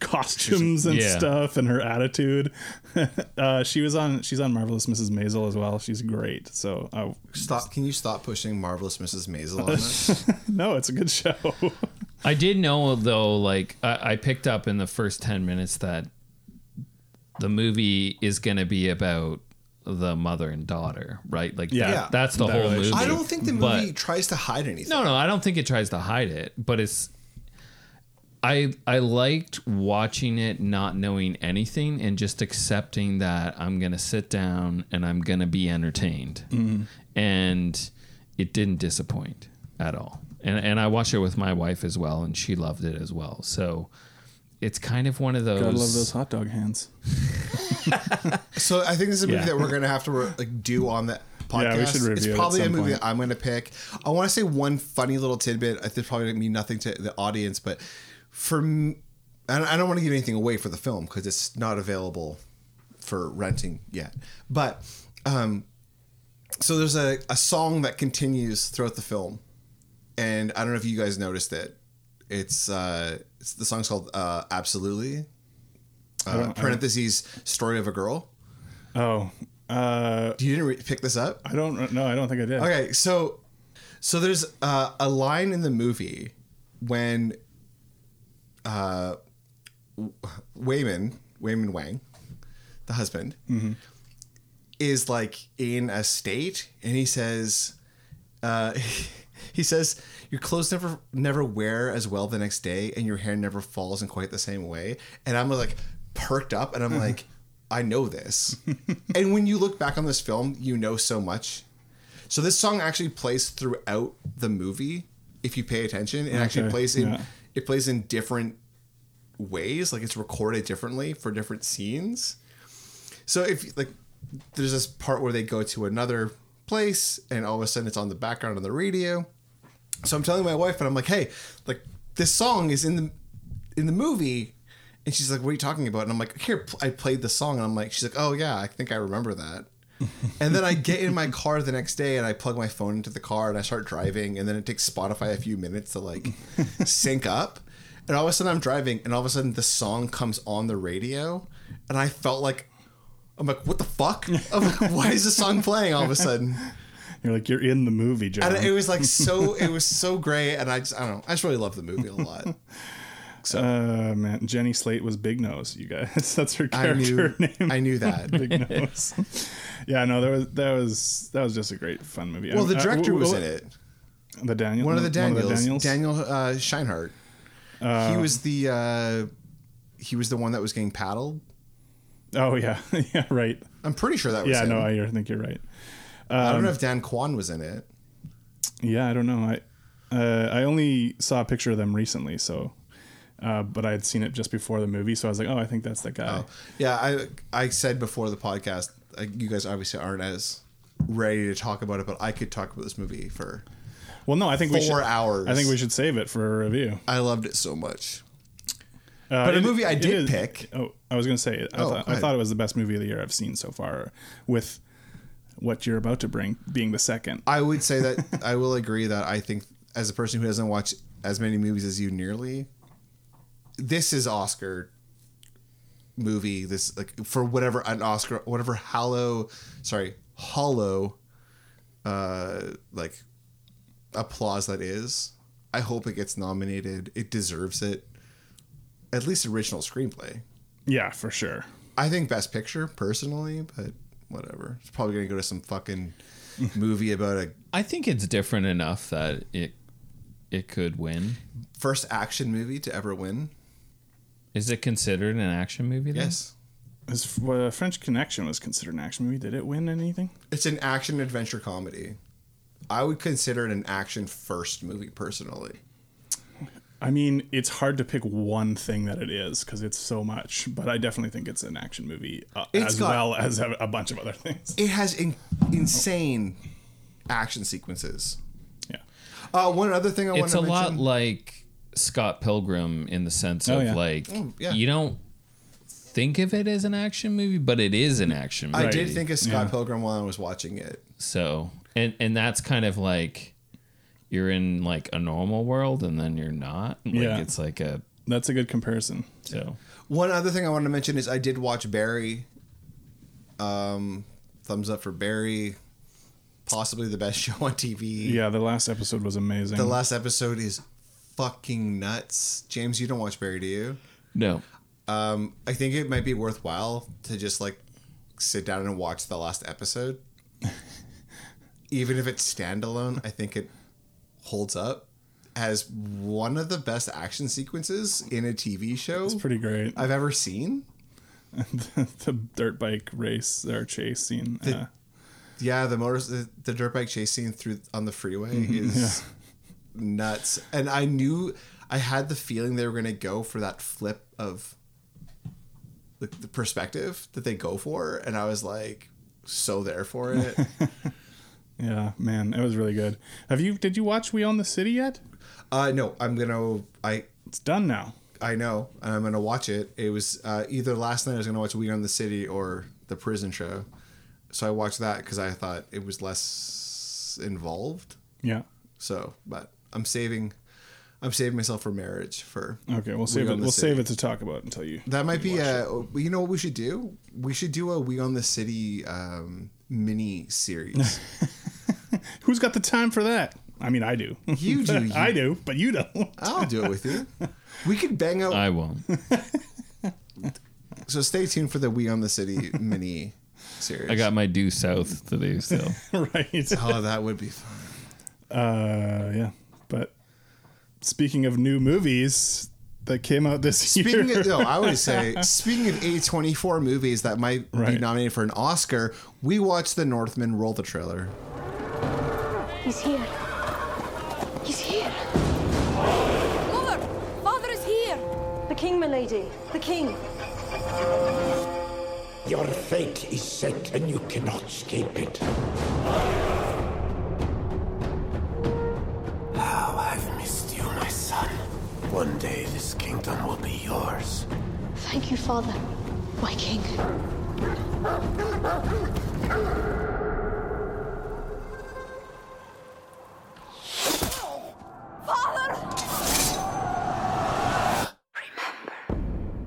[SPEAKER 3] costumes and
[SPEAKER 2] yeah.
[SPEAKER 3] stuff, and her attitude. uh, she was on. She's on Marvelous Mrs. Maisel as well. She's great. So uh,
[SPEAKER 1] Stop! Can you stop pushing marvelous Mrs. Maisel on us?
[SPEAKER 3] no, it's a good show.
[SPEAKER 2] I did know though, like I, I picked up in the first ten minutes that the movie is going to be about the mother and daughter, right? Like,
[SPEAKER 3] Yeah.
[SPEAKER 2] that,
[SPEAKER 1] Yeah.
[SPEAKER 2] that's the
[SPEAKER 3] That
[SPEAKER 2] whole movie.
[SPEAKER 3] relationship.
[SPEAKER 1] I don't think the
[SPEAKER 2] But-
[SPEAKER 1] movie tries to hide anything.
[SPEAKER 2] No, no, I don't think it tries to hide it, but it's I I liked watching it not knowing anything and just accepting that I'm going to sit down and I'm going to be entertained.
[SPEAKER 3] Mm-hmm.
[SPEAKER 2] And it didn't disappoint at all. And and I watched it with my wife as well and she loved it as well. So it's kind of one of those
[SPEAKER 3] I love those hot dog hands.
[SPEAKER 1] So I think this is a movie
[SPEAKER 3] Yeah.
[SPEAKER 1] that we're gonna have to like do on that podcast.
[SPEAKER 3] Yeah, we should review it
[SPEAKER 1] It's
[SPEAKER 3] at
[SPEAKER 1] probably a
[SPEAKER 3] some
[SPEAKER 1] movie
[SPEAKER 3] point.
[SPEAKER 1] that I'm gonna pick. I want to say one funny little tidbit. I think probably gonna mean nothing to the audience, but for m- and I don't want to give anything away for the film because it's not available for renting yet. But um, so there's a, a song that continues throughout the film, and I don't know if you guys noticed it. It's uh, it's the song's called uh, "Absolutely." Uh, parentheses story of a girl.
[SPEAKER 3] Oh, uh,
[SPEAKER 1] You didn't re- pick this up?
[SPEAKER 3] I don't know. I don't think I did.
[SPEAKER 1] Okay, so so there's uh, a line in the movie when uh, W- Wayman Wayman Wang, the husband, is like in a state, and he says, uh, he says, "Your clothes never never wear as well the next day, and your hair never falls in quite the same way." And I'm like perked up, and I'm like, "I know this." and when you look back on this film, you know so much. So this song actually plays throughout the movie if you pay attention. It actually
[SPEAKER 3] Okay,
[SPEAKER 1] plays in
[SPEAKER 3] yeah.
[SPEAKER 1] it plays in different ways, like it's recorded differently for different scenes. So if like there's this part where they go to another place and all of a sudden it's on the background on the radio. So I'm telling my wife and I'm like, "Hey, like this song is in the in the movie." And she's like, "What are you talking about?" And I'm like, "Here, pl- I played the song." And I'm like, "She's like, oh yeah, I think I remember that." and then I get in my car the next day and I plug my phone into the car and I start driving and then it takes Spotify a few minutes to like sync up. And all of a sudden I'm driving and all of a sudden the song comes on the radio and I felt like I'm like, what the fuck? I'm like, why is this song playing all of a sudden?
[SPEAKER 3] You're like you're in the movie, John.
[SPEAKER 1] And it was like so it was so great and I just I don't know. I just really love the movie a lot.
[SPEAKER 3] Uh, man, Jenny Slate was Big Nose. You guys, that's her
[SPEAKER 1] I
[SPEAKER 3] character
[SPEAKER 1] knew
[SPEAKER 3] name.
[SPEAKER 1] I knew that.
[SPEAKER 3] Big Nose. yeah, no, that was that was that was just a great fun movie.
[SPEAKER 1] Well the
[SPEAKER 3] Uh,
[SPEAKER 1] director
[SPEAKER 3] wh-
[SPEAKER 1] was
[SPEAKER 3] wh-
[SPEAKER 1] in it.
[SPEAKER 3] The Daniel.
[SPEAKER 1] One of the Daniels.
[SPEAKER 3] Daniels.
[SPEAKER 1] Daniel uh Scheinhardt. he was the uh he was the one that was getting paddled.
[SPEAKER 3] Oh yeah, yeah, right.
[SPEAKER 1] I'm pretty sure that was
[SPEAKER 3] Yeah,
[SPEAKER 1] him.
[SPEAKER 3] no, I um, I think you're right.
[SPEAKER 1] I don't know if Dan Kwan was in it.
[SPEAKER 3] Yeah, I don't know. I uh, I only saw a picture of them recently, so. Uh, but I had seen it just before the movie, so I was like, "Oh, I think that's that guy."
[SPEAKER 1] Yeah, I I said before the podcast, like, you guys obviously aren't as ready to talk about it, but I could talk about this movie for.
[SPEAKER 3] Well, no, I think we
[SPEAKER 1] Four
[SPEAKER 3] should,
[SPEAKER 1] hours.
[SPEAKER 3] I think we should save it for a review.
[SPEAKER 1] I loved it so much.
[SPEAKER 3] Uh,
[SPEAKER 1] But a
[SPEAKER 3] it-
[SPEAKER 1] movie I
[SPEAKER 3] it
[SPEAKER 1] did
[SPEAKER 3] is-
[SPEAKER 1] pick-
[SPEAKER 3] Oh, I was going to say, I,
[SPEAKER 1] Oh,
[SPEAKER 3] thought,
[SPEAKER 1] go
[SPEAKER 3] I
[SPEAKER 1] ahead.
[SPEAKER 3] thought it was the best movie of the year I've seen so far, with what you're about to bring being the second.
[SPEAKER 1] I would say that I will agree that I think as a person who doesn't watch as many movies as you nearly, this is Oscar movie. This like for whatever an Oscar, whatever hollow, sorry, hollow, uh, like applause that is. I hope it gets nominated. It deserves it. At least original screenplay.
[SPEAKER 3] yeah, for sure.
[SPEAKER 1] I think Best Picture personally, but whatever. It's probably gonna go to some fucking movie about a
[SPEAKER 2] I think it's different enough that it it could win.
[SPEAKER 1] first action movie to ever win.
[SPEAKER 2] Mm-hmm. Is it considered an action movie? Then?
[SPEAKER 1] Yes.
[SPEAKER 3] His, uh, French Connection was considered an action movie. Did it win anything?
[SPEAKER 1] It's an action adventure comedy. I would consider it an action first movie personally.
[SPEAKER 3] I mean, it's hard to pick one thing that it is because it's so much, but I definitely think it's an action movie uh,
[SPEAKER 1] It's
[SPEAKER 3] as
[SPEAKER 1] got-
[SPEAKER 3] well as a, a bunch of other things.
[SPEAKER 1] It has in- insane action sequences.
[SPEAKER 3] Yeah.
[SPEAKER 1] Uh, one other thing I want
[SPEAKER 2] it's a
[SPEAKER 1] to
[SPEAKER 2] lot
[SPEAKER 1] mention.
[SPEAKER 2] like Scott Pilgrim in the sense
[SPEAKER 3] Oh,
[SPEAKER 2] of
[SPEAKER 3] yeah.
[SPEAKER 2] like
[SPEAKER 1] yeah.
[SPEAKER 2] you don't think of it as an action movie, but it is an action movie.
[SPEAKER 1] I did think of Scott Pilgrim while I was watching it.
[SPEAKER 2] so, and and that's kind of like you're in like a normal world and then you're not. Like
[SPEAKER 3] Yeah.
[SPEAKER 2] it's like a
[SPEAKER 3] That's a good comparison.
[SPEAKER 2] so
[SPEAKER 1] One other thing I wanted to mention is I did watch Barry. Um, thumbs up for Barry. Possibly the best show on TV.
[SPEAKER 3] Yeah, the last episode was amazing.
[SPEAKER 1] The last episode is fucking nuts. James, you don't watch Barry, do you?
[SPEAKER 2] no.
[SPEAKER 1] Um, I think it might be worthwhile to just like sit down and watch the last episode. Even if it's standalone, I think it holds up as one of the best action sequences in a TV show
[SPEAKER 3] it's pretty great.
[SPEAKER 1] I've ever seen.
[SPEAKER 3] the dirt bike race or chase scene. uh,
[SPEAKER 1] Yeah, the motors, the, the dirt bike chase scene through on the freeway is nuts. And I knew, I had the feeling they were going to go for that flip of the, the perspective that they go for, and I was like, so there for it.
[SPEAKER 3] yeah, man, it was really good. Have you? Did you watch We Own the City yet?
[SPEAKER 1] uh, no, I'm gonna, I,
[SPEAKER 3] It's done now.
[SPEAKER 1] I know, and I'm gonna watch it. It was uh, either last night I was gonna watch We Are in the City or the prison show, so I watched that because I thought it was less involved.
[SPEAKER 3] Yeah.
[SPEAKER 1] So, but I'm saving, I'm saving myself for marriage. For
[SPEAKER 3] Okay, we'll save
[SPEAKER 1] Own
[SPEAKER 3] it.
[SPEAKER 1] the
[SPEAKER 3] We'll
[SPEAKER 1] City.
[SPEAKER 3] save it to talk about until you.
[SPEAKER 1] that might be
[SPEAKER 3] watch
[SPEAKER 1] a. oh, You know what we should do? We should do a We on the City um, mini series.
[SPEAKER 3] Who's got the time for that? I mean, I do.
[SPEAKER 1] You do, you-
[SPEAKER 3] I do, but you don't.
[SPEAKER 1] I'll do it with you. We could bang out.
[SPEAKER 2] I won't.
[SPEAKER 1] so stay tuned for the We on the City mini series.
[SPEAKER 2] I got my due south today still.
[SPEAKER 3] right.
[SPEAKER 1] Oh, that would be fun.
[SPEAKER 3] Uh, yeah. But speaking of new movies that came out this
[SPEAKER 1] Speaking
[SPEAKER 3] year,
[SPEAKER 1] of, no, I would say speaking of A24 movies that might be
[SPEAKER 3] Right.
[SPEAKER 1] nominated for an Oscar, we watched The Northman roll the trailer.
[SPEAKER 4] He's here. He's here.
[SPEAKER 5] Lord, father is here.
[SPEAKER 4] The king, my lady. The king.
[SPEAKER 6] Your fate is set and you cannot escape it. How I've missed you, my son. One day this kingdom will be yours.
[SPEAKER 4] Thank you, father. My king.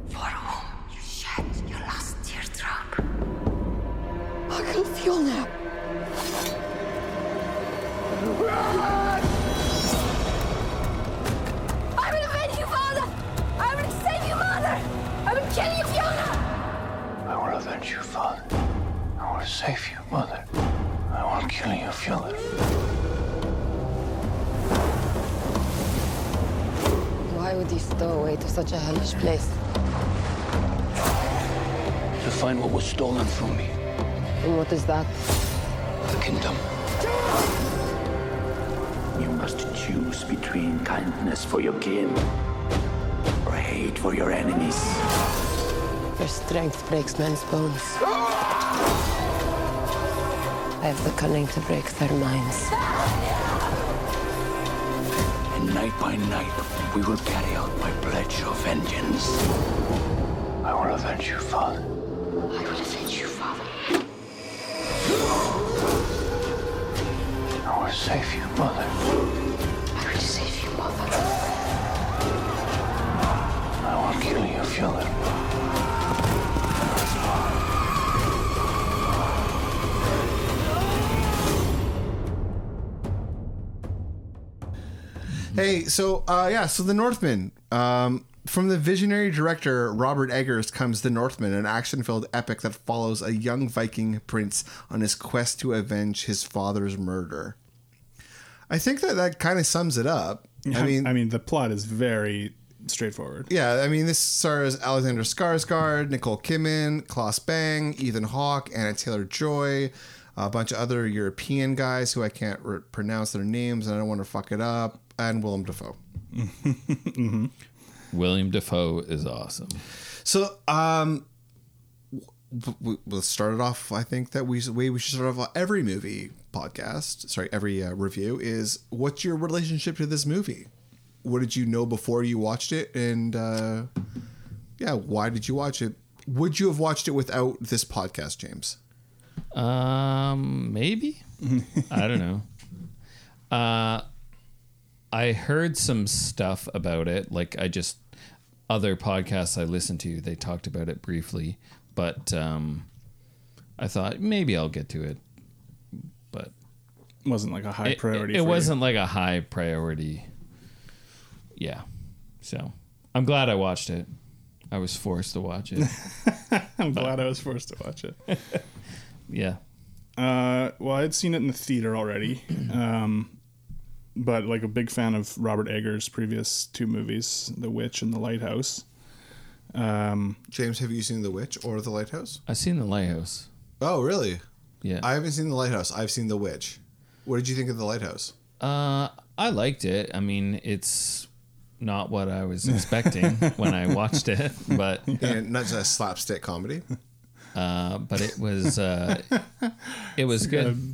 [SPEAKER 7] For whom you shed your last teardrop.
[SPEAKER 4] I can feel now.
[SPEAKER 5] I will avenge you, father. I will save you, mother. I will kill you, Fiona.
[SPEAKER 7] I will avenge you, father. I will save you, mother. I will kill you, Fuller.
[SPEAKER 5] Why would he stow away to such a hellish place?
[SPEAKER 7] To find what was stolen from me.
[SPEAKER 5] And what is that?
[SPEAKER 7] The kingdom. You must choose between kindness for your kin or hate for your enemies.
[SPEAKER 5] Their strength breaks men's bones. I have the cunning to break their minds.
[SPEAKER 7] And night by night, we will carry out my pledge of vengeance. I will avenge you, father.
[SPEAKER 4] I will avenge you, father.
[SPEAKER 7] I will save you, mother.
[SPEAKER 4] I will save you, mother.
[SPEAKER 7] I will kill you, Fuller.
[SPEAKER 1] Hey, so uh, yeah, so The Northman. Um, from the visionary director Robert Eggers comes The Northman, an action-filled epic that follows a young Viking prince on his quest to avenge his father's murder. I think that that kind of sums it up. I mean,
[SPEAKER 3] I mean, the plot is very straightforward.
[SPEAKER 1] yeah, I mean, this stars Alexander Skarsgård, Nicole Kidman, Klaus Bang, Ethan Hawke, Anna Taylor Joy, a bunch of other European guys who I can't re- pronounce their names and I don't want to fuck it up, and Willem Dafoe.
[SPEAKER 2] William Defoe is awesome.
[SPEAKER 1] So, um, w- w- we'll start it off. I think that we way we should start off every movie podcast. Sorry, every uh, review is what's your relationship to this movie? What did you know before you watched it, and uh, yeah, why did you watch it? Would you have watched it without this podcast, James?
[SPEAKER 2] Um, maybe. I don't know. Uh, I heard some stuff about it. Like I just other podcasts I listened to, they talked about it briefly, but um, I thought maybe I'll get to it. But
[SPEAKER 3] wasn't like a high
[SPEAKER 2] it,
[SPEAKER 3] priority.
[SPEAKER 2] it
[SPEAKER 3] for you.
[SPEAKER 2] wasn't like a high priority. Yeah. So I'm glad I watched it. I was forced to watch it.
[SPEAKER 3] I'm glad I was forced to watch it.
[SPEAKER 2] yeah.
[SPEAKER 3] Uh, well, I'd seen it in the theater already, um, but like a big fan of Robert Eggers' previous two movies, The Witch and The Lighthouse.
[SPEAKER 1] James, have you seen The Witch or The Lighthouse?
[SPEAKER 2] I seen the lighthouse.
[SPEAKER 1] Oh, really?
[SPEAKER 2] Yeah.
[SPEAKER 1] I haven't seen The Lighthouse. I've seen The Witch. What did you think of The Lighthouse?
[SPEAKER 2] Uh, I liked it. I mean, it's not what I was expecting when I watched it, but
[SPEAKER 1] And not just a slapstick comedy.
[SPEAKER 2] uh, but it was uh, it was good.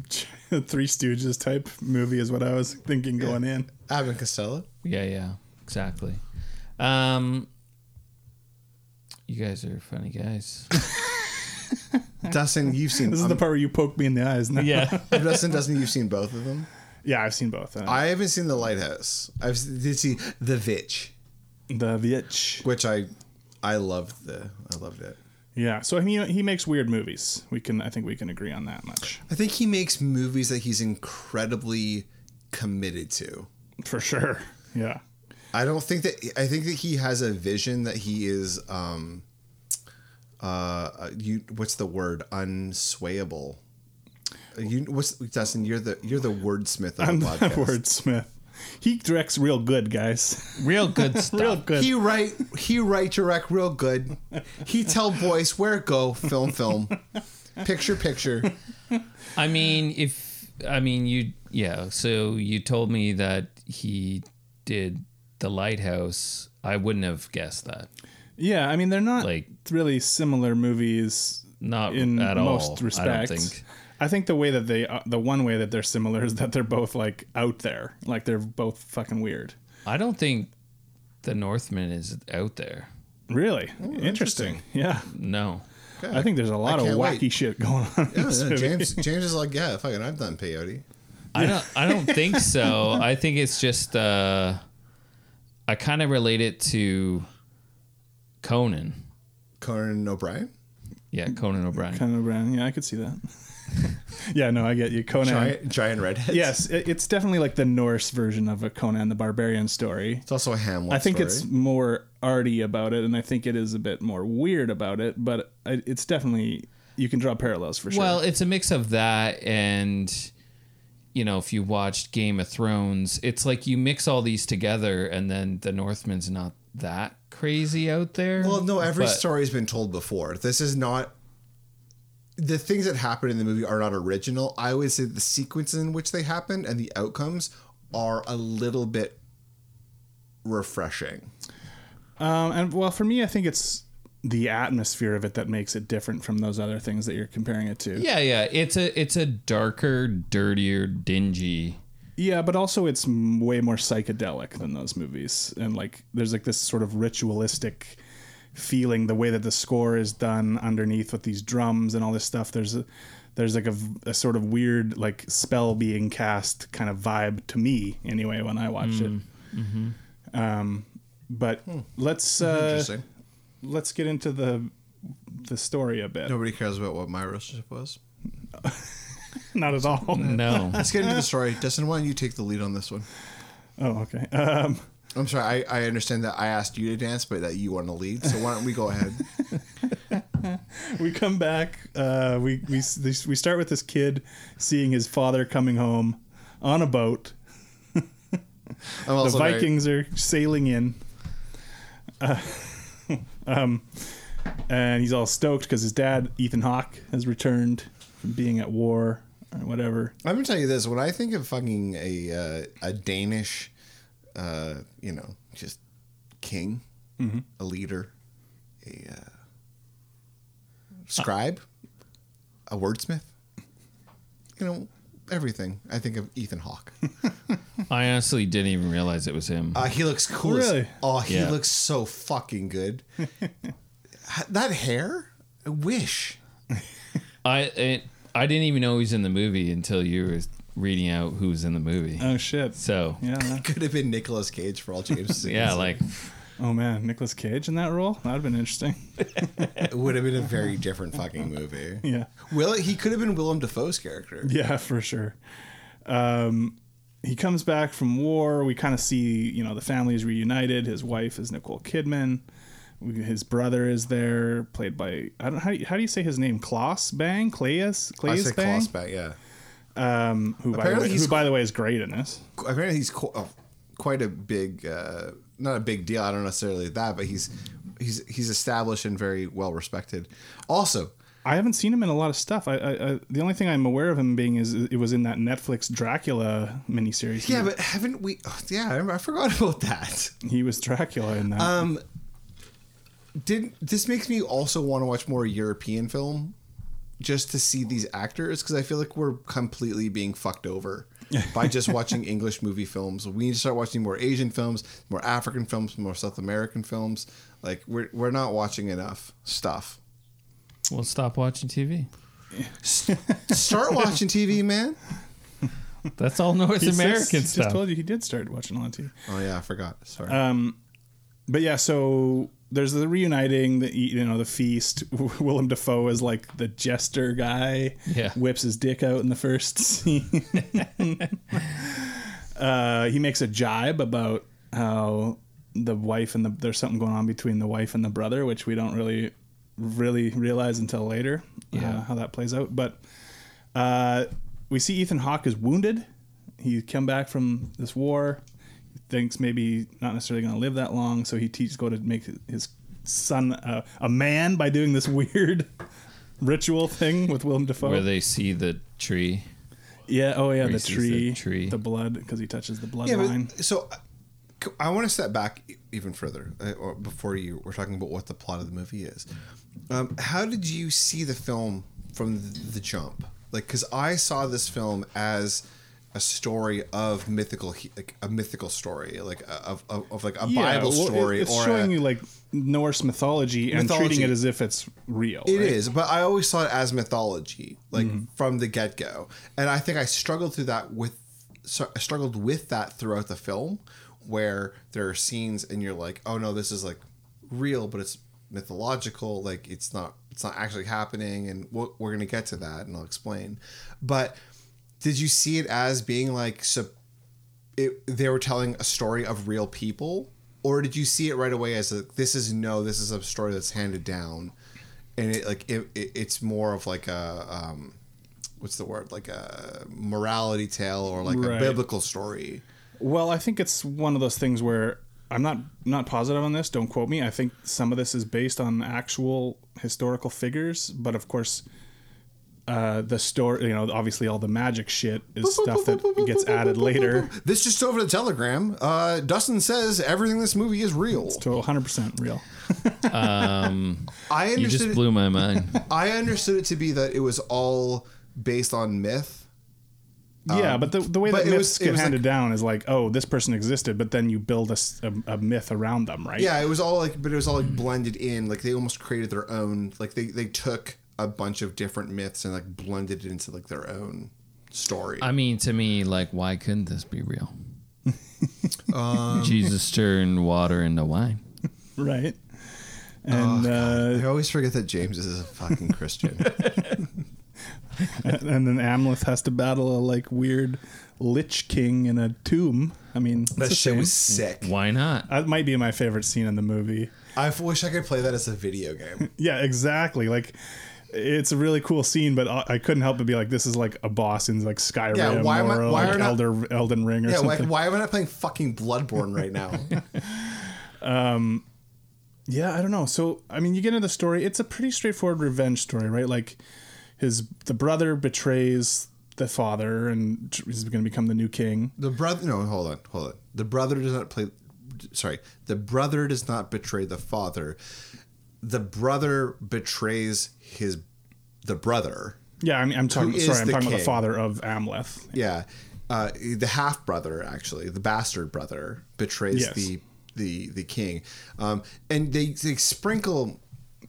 [SPEAKER 3] Uh, Three Stooges type movie is what I was thinking going in.
[SPEAKER 1] Avin Costello.
[SPEAKER 2] Yeah, yeah, exactly. Um, you guys are funny guys.
[SPEAKER 1] Dustin, you've seen.
[SPEAKER 3] This is the
[SPEAKER 1] um,
[SPEAKER 3] part where you poke me in the eyes. Now.
[SPEAKER 2] Yeah,
[SPEAKER 1] Dustin, Dustin, you've seen both of them.
[SPEAKER 3] yeah, I've seen both. Uh,
[SPEAKER 1] I haven't seen The Lighthouse. I have did see The Witch,
[SPEAKER 3] the Witch.
[SPEAKER 1] which I, I loved the. I loved it.
[SPEAKER 3] Yeah, so he he makes weird movies. We can I think we can agree on that much
[SPEAKER 1] I think he makes movies that he's incredibly committed to.
[SPEAKER 3] for sure. Yeah,
[SPEAKER 1] I don't think that I think that he has a vision that he is um uh you what's the word unswayable. Uh, You what's Dustin? You're the you're the wordsmith of
[SPEAKER 3] I'm
[SPEAKER 1] the
[SPEAKER 3] the
[SPEAKER 1] podcast.
[SPEAKER 3] wordsmith. He directs real good, guys.
[SPEAKER 2] real good stuff.
[SPEAKER 3] Real good.
[SPEAKER 1] He write he write direct real good. He tell boys where go film film, picture picture.
[SPEAKER 2] I mean, if I mean you, yeah. So you told me that he did the lighthouse. I wouldn't have guessed that.
[SPEAKER 3] yeah, I mean they're
[SPEAKER 2] Like-
[SPEAKER 3] not like really similar movies
[SPEAKER 2] Not
[SPEAKER 3] in
[SPEAKER 2] at
[SPEAKER 3] most
[SPEAKER 2] all.
[SPEAKER 3] respects.
[SPEAKER 2] I don't think.
[SPEAKER 3] I think the way that they, uh, the one way that they're similar is that they're both like out there, like they're both fucking weird.
[SPEAKER 2] I don't think the Northman is out there.
[SPEAKER 3] Really interesting. Yeah,
[SPEAKER 2] No.
[SPEAKER 3] I think there's a
[SPEAKER 1] Hmm.
[SPEAKER 3] lot
[SPEAKER 1] I
[SPEAKER 3] of
[SPEAKER 1] can't
[SPEAKER 3] wacky
[SPEAKER 1] wait.
[SPEAKER 3] shit going on. in
[SPEAKER 1] Yeah,
[SPEAKER 3] this
[SPEAKER 1] yeah,
[SPEAKER 3] movie.
[SPEAKER 1] James James is like yeah, fucking I've done peyote.
[SPEAKER 2] I don't I don't think so. I think it's just uh I kind of relate it to Conan.
[SPEAKER 1] Conan O'Brien,
[SPEAKER 2] Yeah, Conan O'Brien.
[SPEAKER 3] Conan O'Brien. Yeah, I could see that. yeah, no, I get you, Conan.
[SPEAKER 1] giant giant redhead.
[SPEAKER 3] Yes, it, it's definitely like the Norse version of a Conan the Barbarian story.
[SPEAKER 1] it's also a Hamlet.
[SPEAKER 3] I think
[SPEAKER 1] story.
[SPEAKER 3] it's more arty about it, and I think it is a bit more weird about it. But I, it's definitely you can draw parallels for sure.
[SPEAKER 2] Well, it's a mix of that and you know, if you watched Game of Thrones, it's like you mix all these together and then the Northman's not that crazy out there.
[SPEAKER 1] Well, no, every
[SPEAKER 2] But-
[SPEAKER 1] story's been told before. This is not the things that happen in the movie are not original. I would say the sequence in which they happen and the outcomes are a little bit refreshing.
[SPEAKER 3] Um, and well, for me, I think it's the atmosphere of it that makes it different from those other things that you're comparing it to.
[SPEAKER 2] Yeah, yeah. It's a it's a darker, dirtier, dingy
[SPEAKER 3] Yeah, but also it's m- way more psychedelic than those movies, and like there's like this sort of ritualistic feeling the way that the score is done underneath with these drums and all this stuff. There's a there's like a, v- a sort of weird like spell being cast kind of vibe to me anyway when I watched it. Um, but let's uh,
[SPEAKER 1] Interesting.
[SPEAKER 3] let's get into the the story a bit.
[SPEAKER 1] Nobody cares about what my relationship was.
[SPEAKER 3] Not at all.
[SPEAKER 2] No.
[SPEAKER 1] Let's get
[SPEAKER 3] Eh.
[SPEAKER 1] into the story. Dustin, why don't you take the lead on this one?
[SPEAKER 3] Oh, okay. Um,
[SPEAKER 1] I'm sorry, I, I understand that I asked you to dance, but that you want to lead. So why don't we go ahead?
[SPEAKER 3] we come back. Uh, we we this- we start with this kid seeing his father coming home on a boat.
[SPEAKER 1] I'm
[SPEAKER 3] The
[SPEAKER 1] also very-
[SPEAKER 3] Vikings are sailing in. Uh, um, and he's all stoked because his dad, Ethan Hawke, has returned from being at war or whatever.
[SPEAKER 1] I'm gonna tell you this: when I think of fucking a uh, a Danish, uh, you know, just king,
[SPEAKER 3] Mm-hmm.
[SPEAKER 1] a leader, a uh, scribe, a wordsmith, you know, everything. I think of Ethan Hawke.
[SPEAKER 2] I honestly didn't even realize it was him.
[SPEAKER 1] Uh, he looks cool. As,
[SPEAKER 3] Really?
[SPEAKER 1] oh, he
[SPEAKER 2] Yeah.
[SPEAKER 1] looks so fucking good. Ha- that hair, I wish.
[SPEAKER 2] I it, I didn't even know he was in the movie until you were reading out who's in the movie.
[SPEAKER 3] Oh shit.
[SPEAKER 2] so
[SPEAKER 3] Yeah.
[SPEAKER 1] Could have been Nicolas Cage for all James.
[SPEAKER 2] yeah, like
[SPEAKER 3] Oh man, Nicolas Cage in that role? That'd have been interesting.
[SPEAKER 1] it would have been a very different fucking movie.
[SPEAKER 3] Yeah.
[SPEAKER 1] Will he could have been Willem Dafoe's character.
[SPEAKER 3] Yeah, for sure. Um, he comes back from war. We kind of see, you know, the family is reunited. His wife is Nicole Kidman. We- His brother is there, played by I don't how do you, how do you say his name? Klaus Bang, Claes,
[SPEAKER 1] I
[SPEAKER 3] Claes
[SPEAKER 1] said
[SPEAKER 3] Bang,
[SPEAKER 1] Klaus Bang, yeah.
[SPEAKER 3] who, by the,
[SPEAKER 1] Apparently
[SPEAKER 3] way,
[SPEAKER 1] he's-
[SPEAKER 3] who by the way is great in this.
[SPEAKER 1] Qu- Apparently he's qu- oh, quite a big, uh, not a big deal. I don't necessarily that, but he's he's he's established and very well respected. Also,
[SPEAKER 3] I haven't seen him in a lot of stuff. I, I, I the only thing I'm aware of him being is it was in that Netflix Dracula miniseries.
[SPEAKER 1] yeah, but haven't we? oh, yeah, I, remember- I forgot about that.
[SPEAKER 3] he was Dracula in that.
[SPEAKER 1] Um, Did this makes me also want to watch more European film, just to see these actors because I feel like we're completely being fucked over by just watching English movie films. We need to start watching more Asian films, more African films, more South American films. Like we're we're not watching enough stuff.
[SPEAKER 2] we'll stop watching TV.
[SPEAKER 1] Start watching TV, man.
[SPEAKER 2] That's all North
[SPEAKER 3] He's-
[SPEAKER 2] American
[SPEAKER 3] just
[SPEAKER 2] stuff.
[SPEAKER 3] told you he did start watching a lot of TV.
[SPEAKER 1] Oh yeah, I forgot. Sorry.
[SPEAKER 3] but yeah, so there's the reuniting, the you know the feast. Willem Dafoe is like the jester guy.
[SPEAKER 2] Yeah.
[SPEAKER 3] whips his dick out in the first scene. uh, he makes a jibe about how the wife and the there's something going on between the wife and the brother, which we don't really really realize until later.
[SPEAKER 2] Yeah.
[SPEAKER 3] uh, how that plays out. But uh, we see Ethan Hawke is wounded. He come back from this war. He thinks maybe not necessarily going to live that long, so he teaches go to make his son a, a man by doing this weird ritual thing with Willem Dafoe.
[SPEAKER 2] Where they see the tree.
[SPEAKER 3] yeah, oh yeah, the
[SPEAKER 2] Reese's the
[SPEAKER 3] tree,
[SPEAKER 2] tree.
[SPEAKER 3] the blood, because he touches the
[SPEAKER 1] yeah,
[SPEAKER 3] bloodline.
[SPEAKER 1] but, so uh, c- I want to step back e- even further uh, or before you were talking about what the plot of the movie is. Um, how did you see the film from the, the jump? Like, because I saw this film as a story of mythical, he- like a mythical story, like a- of, of, of like a Bible
[SPEAKER 3] well, it-
[SPEAKER 1] story,
[SPEAKER 3] it's
[SPEAKER 1] or
[SPEAKER 3] showing
[SPEAKER 1] a,
[SPEAKER 3] you like Norse mythology, and treating
[SPEAKER 1] Mythology.
[SPEAKER 3] it as if it's real.
[SPEAKER 1] It is, but I always saw it as mythology, like from the get go, and I think I struggled through that with, so I struggled with that throughout the film, where there are scenes and you're like, oh no, this is like real, but it's mythological, like it's not, it's not actually happening, and we're, we're gonna get to that, and I'll explain. But did you see it as being like sup- it, they were telling a story of real people or did you see it right away as like this is no this is a story that's handed down and it like it, it, it's more of like a um what's the word like a morality tale or like a
[SPEAKER 3] Right.
[SPEAKER 1] biblical story
[SPEAKER 3] Well, I think it's one of those things where I'm not not positive on this. Don't quote me. I think some of this is based on actual historical figures, but of course, uh, the story. You know, obviously, all the magic shit is stuff that gets added later.
[SPEAKER 1] this just over the telegram uh dustin says everything in this movie is real
[SPEAKER 3] So 100 percent real.
[SPEAKER 1] i
[SPEAKER 2] You just
[SPEAKER 1] understood
[SPEAKER 2] blew my mind.
[SPEAKER 1] i understood it to be that it was all based on myth
[SPEAKER 3] yeah, but the, the way
[SPEAKER 1] Um, but
[SPEAKER 3] that
[SPEAKER 1] it
[SPEAKER 3] myths
[SPEAKER 1] was- it
[SPEAKER 3] get
[SPEAKER 1] was
[SPEAKER 3] handed
[SPEAKER 1] like-
[SPEAKER 3] down is like, oh, this person existed, but then you build a, s- a- a myth around them, right?
[SPEAKER 1] Yeah, it was all like, but it was all like blended in. Like they almost created their own. Like they they took a bunch of different myths and like blended it into like their own story.
[SPEAKER 2] I mean, to me, like, why couldn't this be real?
[SPEAKER 3] Um,
[SPEAKER 2] Jesus turned water into wine.
[SPEAKER 3] Right. And uh,
[SPEAKER 1] I always forget that James is a fucking Christian.
[SPEAKER 3] and then Amleth has to battle a like weird lich king in a tomb. I mean, it's
[SPEAKER 1] that
[SPEAKER 3] the
[SPEAKER 1] shit
[SPEAKER 3] same.
[SPEAKER 1] was sick.
[SPEAKER 2] Why not?
[SPEAKER 3] that might be my favorite scene in the movie.
[SPEAKER 1] I wish I could play that as a video game.
[SPEAKER 3] Yeah, exactly. Like it's a really cool scene, but uh, I I couldn't help but be like, this is like a boss in like Skyrim
[SPEAKER 1] Yeah, why am I-
[SPEAKER 3] or
[SPEAKER 1] why
[SPEAKER 3] like
[SPEAKER 1] are not-
[SPEAKER 3] Elder Elden Ring or
[SPEAKER 1] Yeah, like
[SPEAKER 3] something.
[SPEAKER 1] why am I not playing fucking Bloodborne right now?
[SPEAKER 3] Yeah, I don't know. So I mean, you get into the story. It's a pretty straightforward revenge story, right? Like his the brother betrays the father, and tr- he's going to become the new king.
[SPEAKER 1] the brother, no, hold on, hold on. The brother does not play. Sorry, the brother does not betray the father. The brother betrays his the brother.
[SPEAKER 3] Yeah, I mean, I'm talking.
[SPEAKER 1] Who is
[SPEAKER 3] Sorry, I'm
[SPEAKER 1] the
[SPEAKER 3] talking about
[SPEAKER 1] king?
[SPEAKER 3] the father of Amleth.
[SPEAKER 1] Yeah, uh, the half brother actually, the bastard brother betrays
[SPEAKER 3] Yes.
[SPEAKER 1] the the the king, um, and they they sprinkle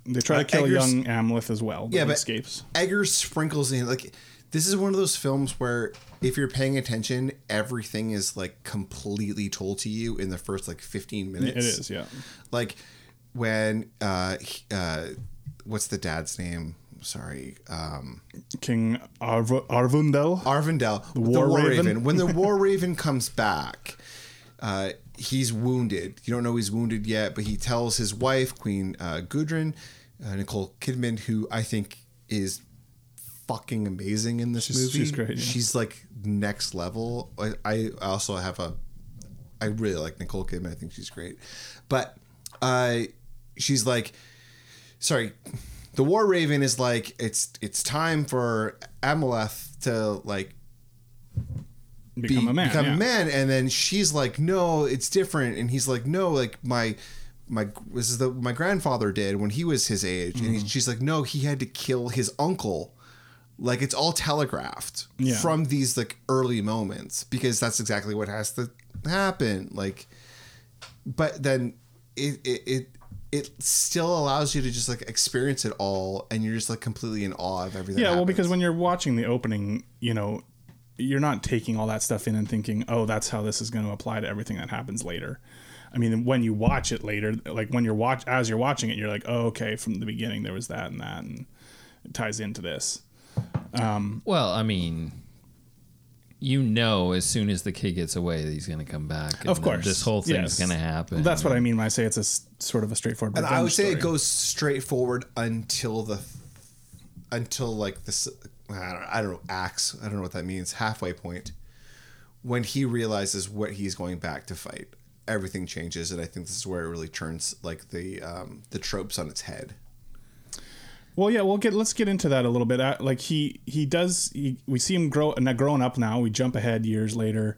[SPEAKER 3] They try
[SPEAKER 1] Uh,
[SPEAKER 3] to kill
[SPEAKER 1] Eggers-
[SPEAKER 3] young Amleth as well, but
[SPEAKER 1] yeah,
[SPEAKER 3] he
[SPEAKER 1] but
[SPEAKER 3] escapes.
[SPEAKER 1] Eggers sprinkles in like This is one of those films where if you're paying attention, everything is like completely told to you in the first like 15 minutes.
[SPEAKER 3] It is, yeah.
[SPEAKER 1] Like when uh he- uh what's the dad's name? Sorry. Um
[SPEAKER 3] King Arv- Arvundel.
[SPEAKER 1] Arvindel, the
[SPEAKER 3] War Raven.
[SPEAKER 1] When the War Raven comes back, uh, he's wounded. You don't know he's wounded yet, but he tells his wife, Queen uh, Gudrun, uh, Nicole Kidman, who I think is fucking amazing in this
[SPEAKER 3] She's-
[SPEAKER 1] movie.
[SPEAKER 3] she's great, yeah.
[SPEAKER 1] She's like next level. I, I also have a, I really like Nicole Kidman. I think she's great, but uh, she's like sorry the war raven is like it's it's time for amaleth to like be-
[SPEAKER 3] become a man.
[SPEAKER 1] become
[SPEAKER 3] yeah.
[SPEAKER 1] a man and then she's like no it's different and he's like no like my my this is the my grandfather did when he was his age and
[SPEAKER 3] Mm-hmm.
[SPEAKER 1] he, she's like no he had to kill his uncle like it's all telegraphed
[SPEAKER 3] Yeah.
[SPEAKER 1] from these like early moments because that's exactly what has to happen like but then it it it, it still allows you to just like experience it all and you're just like completely in awe of everything
[SPEAKER 3] Yeah, well, because when you're watching the opening, you know, you're not taking all that stuff in and thinking, oh, that's how this is going to apply to everything that happens later. I mean, when you watch it later, like when you're watch as you're watching it, you're like, oh, okay, from the beginning there was that and that, and it ties into this.
[SPEAKER 2] Well, I mean, you know, as soon as the kid gets away, that he's going to come back. and
[SPEAKER 3] Of
[SPEAKER 2] that
[SPEAKER 3] course,
[SPEAKER 2] this whole thing's
[SPEAKER 3] yes.
[SPEAKER 2] going to happen.
[SPEAKER 3] That's what I mean when I say it's a s- sort of a straightforward.
[SPEAKER 1] and I would
[SPEAKER 3] revenge
[SPEAKER 1] say it
[SPEAKER 3] story.
[SPEAKER 1] goes straight forward until the until like this I don't, I don't know axe I don't know what that means halfway point when he realizes what he's going back to fight everything changes and I think this is where it really turns like the um, the tropes on its head
[SPEAKER 3] Well, yeah, we'll get let's get into that a little bit. Uh, Like he he does he, we see him grow now grown up now. We jump ahead years later.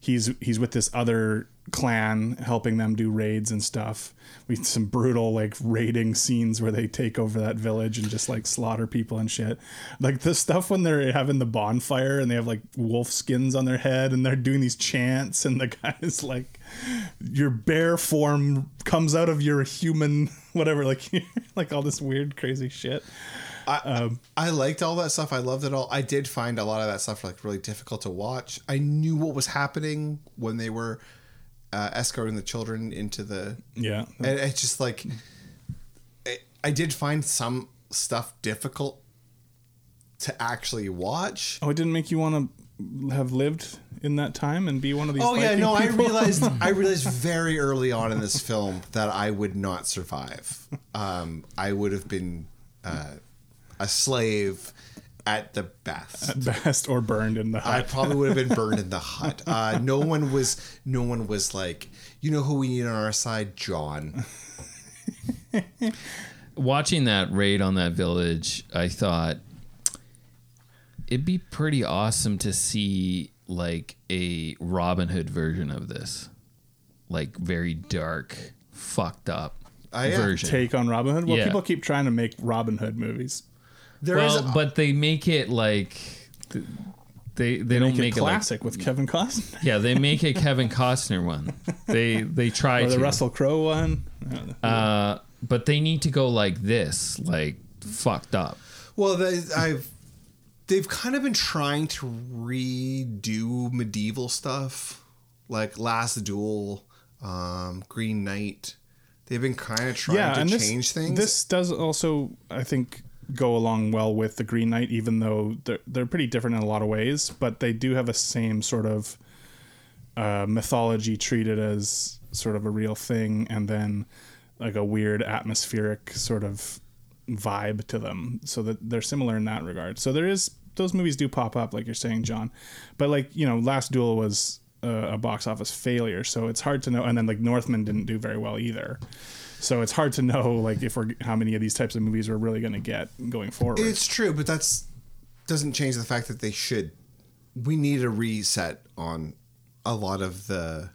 [SPEAKER 3] He's he's with this other clan helping them do raids and stuff. We some brutal like raiding scenes where they take over that village and just like slaughter people and shit. Like the stuff when they're having the bonfire and they have like wolf skins on their head and they're doing these chants and the guy's like your bear form comes out of your human whatever like like all this weird crazy shit
[SPEAKER 1] I liked all that stuff. I loved it all. I did find a lot of that stuff like really difficult to watch. I knew what was happening when they were uh, escorting the children into the.
[SPEAKER 3] yeah
[SPEAKER 1] And it's just like, I, I did find some stuff difficult to actually watch.
[SPEAKER 3] oh it didn't make you want to have lived in that time and be one of these
[SPEAKER 1] Oh yeah,
[SPEAKER 3] Viking
[SPEAKER 1] no, I
[SPEAKER 3] people?
[SPEAKER 1] realized I realized very early on in this film that I would not survive. Um, I would have been uh, a slave at the best.
[SPEAKER 3] best or burned in the
[SPEAKER 1] I
[SPEAKER 3] hut
[SPEAKER 1] probably would have been burned in the hut. Uh, no one was. No one was like, you know who we need on our side, John.
[SPEAKER 2] watching that raid on that village, I thought it'd be pretty awesome to see like a Robin Hood version of this, like very dark, fucked up
[SPEAKER 1] Ah, yeah.
[SPEAKER 2] version.
[SPEAKER 3] take on Robin Hood well
[SPEAKER 2] Yeah.
[SPEAKER 3] people keep trying to make Robin Hood movies
[SPEAKER 1] There is,
[SPEAKER 2] well, but they make it like th- they they, don't
[SPEAKER 3] make,
[SPEAKER 2] make
[SPEAKER 3] it
[SPEAKER 2] it like
[SPEAKER 3] classic with Kevin Costner
[SPEAKER 2] yeah they make a Kevin Costner one. They they try
[SPEAKER 3] or the
[SPEAKER 2] to
[SPEAKER 3] Russell Crowe one
[SPEAKER 2] uh, but they need to go like this, like fucked up.
[SPEAKER 1] well, they, I've they've kind of been trying to redo medieval stuff, like Last Duel, um, Green Knight. They've been kind of trying to change things.
[SPEAKER 3] This does also, I think, go along well with the Green Knight, even though they're they're pretty different in a lot of ways, but they do have a same sort of uh, mythology treated as sort of a real thing, and then like a weird atmospheric sort of vibe to them, so that they're similar in that regard. So there is those movies do pop up, like you're saying, John, but like you know, Last Duel was. A, a box office failure, so it's hard to know. And then like Northman didn't do very well either. So it's hard to know like if we're how many of these types of movies we're really going to get going forward.
[SPEAKER 1] It's true, but that's doesn't change the fact that they should. We need a reset on a lot of the,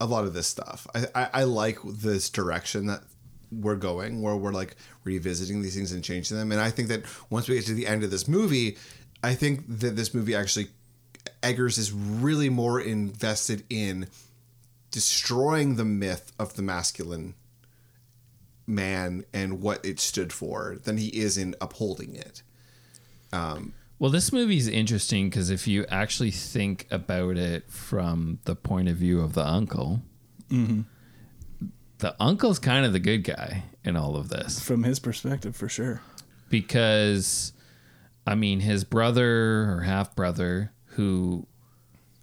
[SPEAKER 1] a lot of this stuff. I I, I like this direction that we're going, where we're like revisiting these things and changing them. And I think that once we get to the end of this movie, I think that this movie actually, Eggers is really more invested in destroying the myth of the masculine man and what it stood for than he is in upholding it.
[SPEAKER 2] Well, this movie is interesting because if you actually think about it from the point of view of the uncle, the uncle's kind of the good guy in all of this
[SPEAKER 3] from his perspective for sure.
[SPEAKER 2] because, I mean, his brother or half brother, who